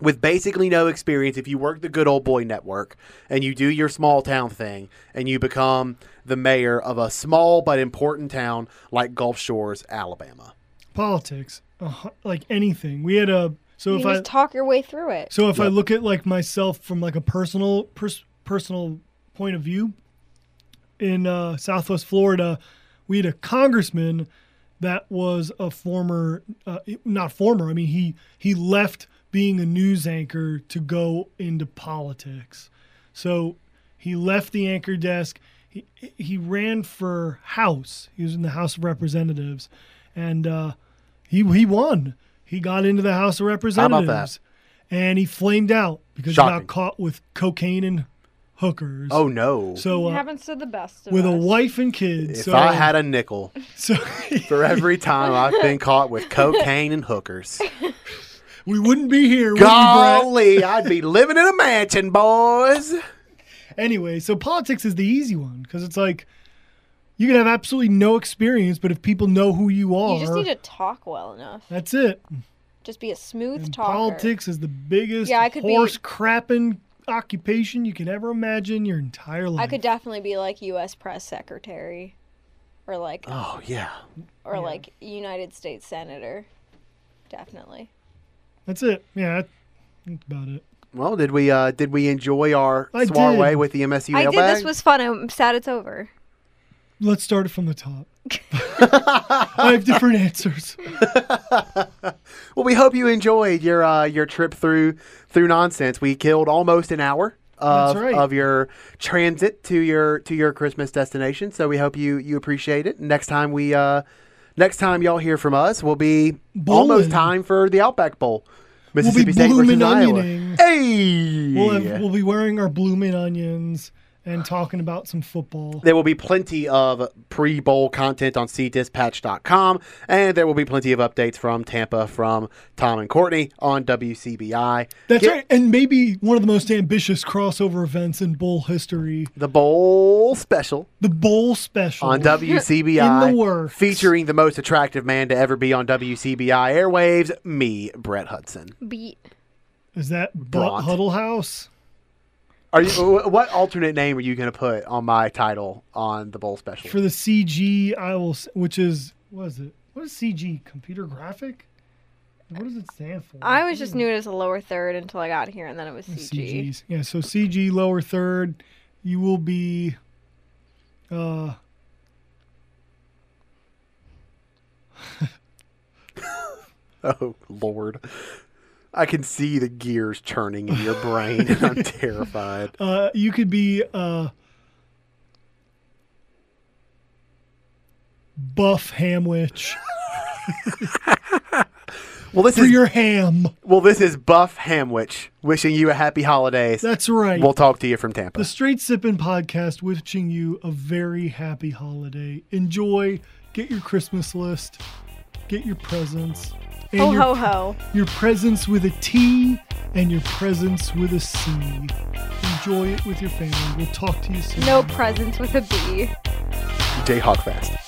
Speaker 1: with basically no experience if you work the good old boy network and you do your small town thing and you become the mayor of a small but important town like Gulf Shores, Alabama.
Speaker 2: Politics, uh, like anything. We had a so
Speaker 3: You
Speaker 2: if
Speaker 3: can
Speaker 2: I
Speaker 3: just talk your way through it.
Speaker 2: So if I look at like myself from like a personal pers- personal point of view, in uh, Southwest Florida, we had a congressman that was a former, uh, not former. I mean he he left being a news anchor to go into politics. So he left the anchor desk. He he ran for House. He was in the House of Representatives, and uh, he he won. He got into the House of
Speaker 1: about that?
Speaker 2: Representatives and he flamed out because he
Speaker 1: Shocking.
Speaker 2: got caught with cocaine and hookers.
Speaker 1: Oh no.
Speaker 2: so
Speaker 3: it
Speaker 2: uh,
Speaker 3: happens to the best of
Speaker 2: with a
Speaker 3: us.
Speaker 2: wife and kids.
Speaker 1: if
Speaker 2: so,
Speaker 1: I had a nickel
Speaker 2: so
Speaker 1: for every time I've been caught with cocaine and hookers.
Speaker 2: We wouldn't be here. would we, Brett?
Speaker 1: Golly, I'd be living in a mansion, boys.
Speaker 2: Anyway, so politics is the easy one because it's like you can have absolutely no experience, but if people know who you are,
Speaker 3: You just need to talk well enough.
Speaker 2: that's it.
Speaker 3: Just be a smooth
Speaker 2: And
Speaker 3: talker.
Speaker 2: politics is the biggest
Speaker 3: Yeah, I could be-
Speaker 2: horse crapping occupation you can ever imagine your entire life.
Speaker 3: I could definitely be like U.S. press secretary, or like
Speaker 1: Oh yeah.
Speaker 3: or like United States senator. Definitely.
Speaker 2: That's it. Yeah, that- that's about it.
Speaker 1: Well, did we uh did we enjoy our
Speaker 2: I
Speaker 1: soiree
Speaker 2: did.
Speaker 1: with the MSU
Speaker 3: I
Speaker 1: mailbag?
Speaker 3: did. This was fun. I'm sad it's over.
Speaker 2: Let's start it from the top. I have different answers.
Speaker 1: Well, we hope you enjoyed your uh, your trip through through nonsense. We killed almost an hour of,
Speaker 2: That's right.
Speaker 1: of your transit to your to your Christmas destination. So we hope you you appreciate it. Next time we uh, next time y'all hear from us, will be almost
Speaker 2: Bowling.
Speaker 1: time for the Outback Bowl. Mississippi State
Speaker 2: bloomin'
Speaker 1: versus Iowa.
Speaker 2: onioning.
Speaker 1: Hey,
Speaker 2: We'll, have, we'll be wearing our bloomin' onions and talking about some football.
Speaker 1: There will be plenty of pre bowl content on cdispatch.com, and there will be plenty of updates from Tampa from Tom and Courtney on WCBI.
Speaker 2: That's
Speaker 1: Get
Speaker 2: right. And maybe one of the most ambitious crossover events in bowl history,
Speaker 1: The bowl special
Speaker 2: the bowl special.
Speaker 1: on WCBI,
Speaker 2: In the works.
Speaker 1: featuring the most attractive man to ever be on WCBI airwaves, me, Brett Hudson.
Speaker 3: Beat.
Speaker 2: Is that Butt
Speaker 1: Bront.
Speaker 2: Huddle House?
Speaker 1: Are you? wh- what alternate name are you going to put on my title on the bowl special?
Speaker 2: For the CG, I will, s- which is, what is it? What is CG? Computer graphic? What does it stand for?
Speaker 3: I was just knew it as a lower third until I got here, and then it was CG.
Speaker 2: CGs. Yeah, so CG lower third, you will be uh
Speaker 1: oh Lord. I can see the gears churning in your brain, and I'm terrified.
Speaker 2: uh you could be uh buff hamwich
Speaker 1: Well, this
Speaker 2: for
Speaker 1: is
Speaker 2: your ham.
Speaker 1: Well, this is Buff Hamwich wishing you a happy holidays.
Speaker 2: That's right.
Speaker 1: We'll talk to you from Tampa.
Speaker 2: the Straight Sippin' Podcast wishing you a very happy holiday. Enjoy, get your Christmas list, get your presents. And
Speaker 3: Ho
Speaker 2: your,
Speaker 3: ho ho.
Speaker 2: your presents with a T and your presents with a C. Enjoy it with your family. We'll talk to you soon.
Speaker 3: No presents with a B.
Speaker 1: Jayhawk Fast.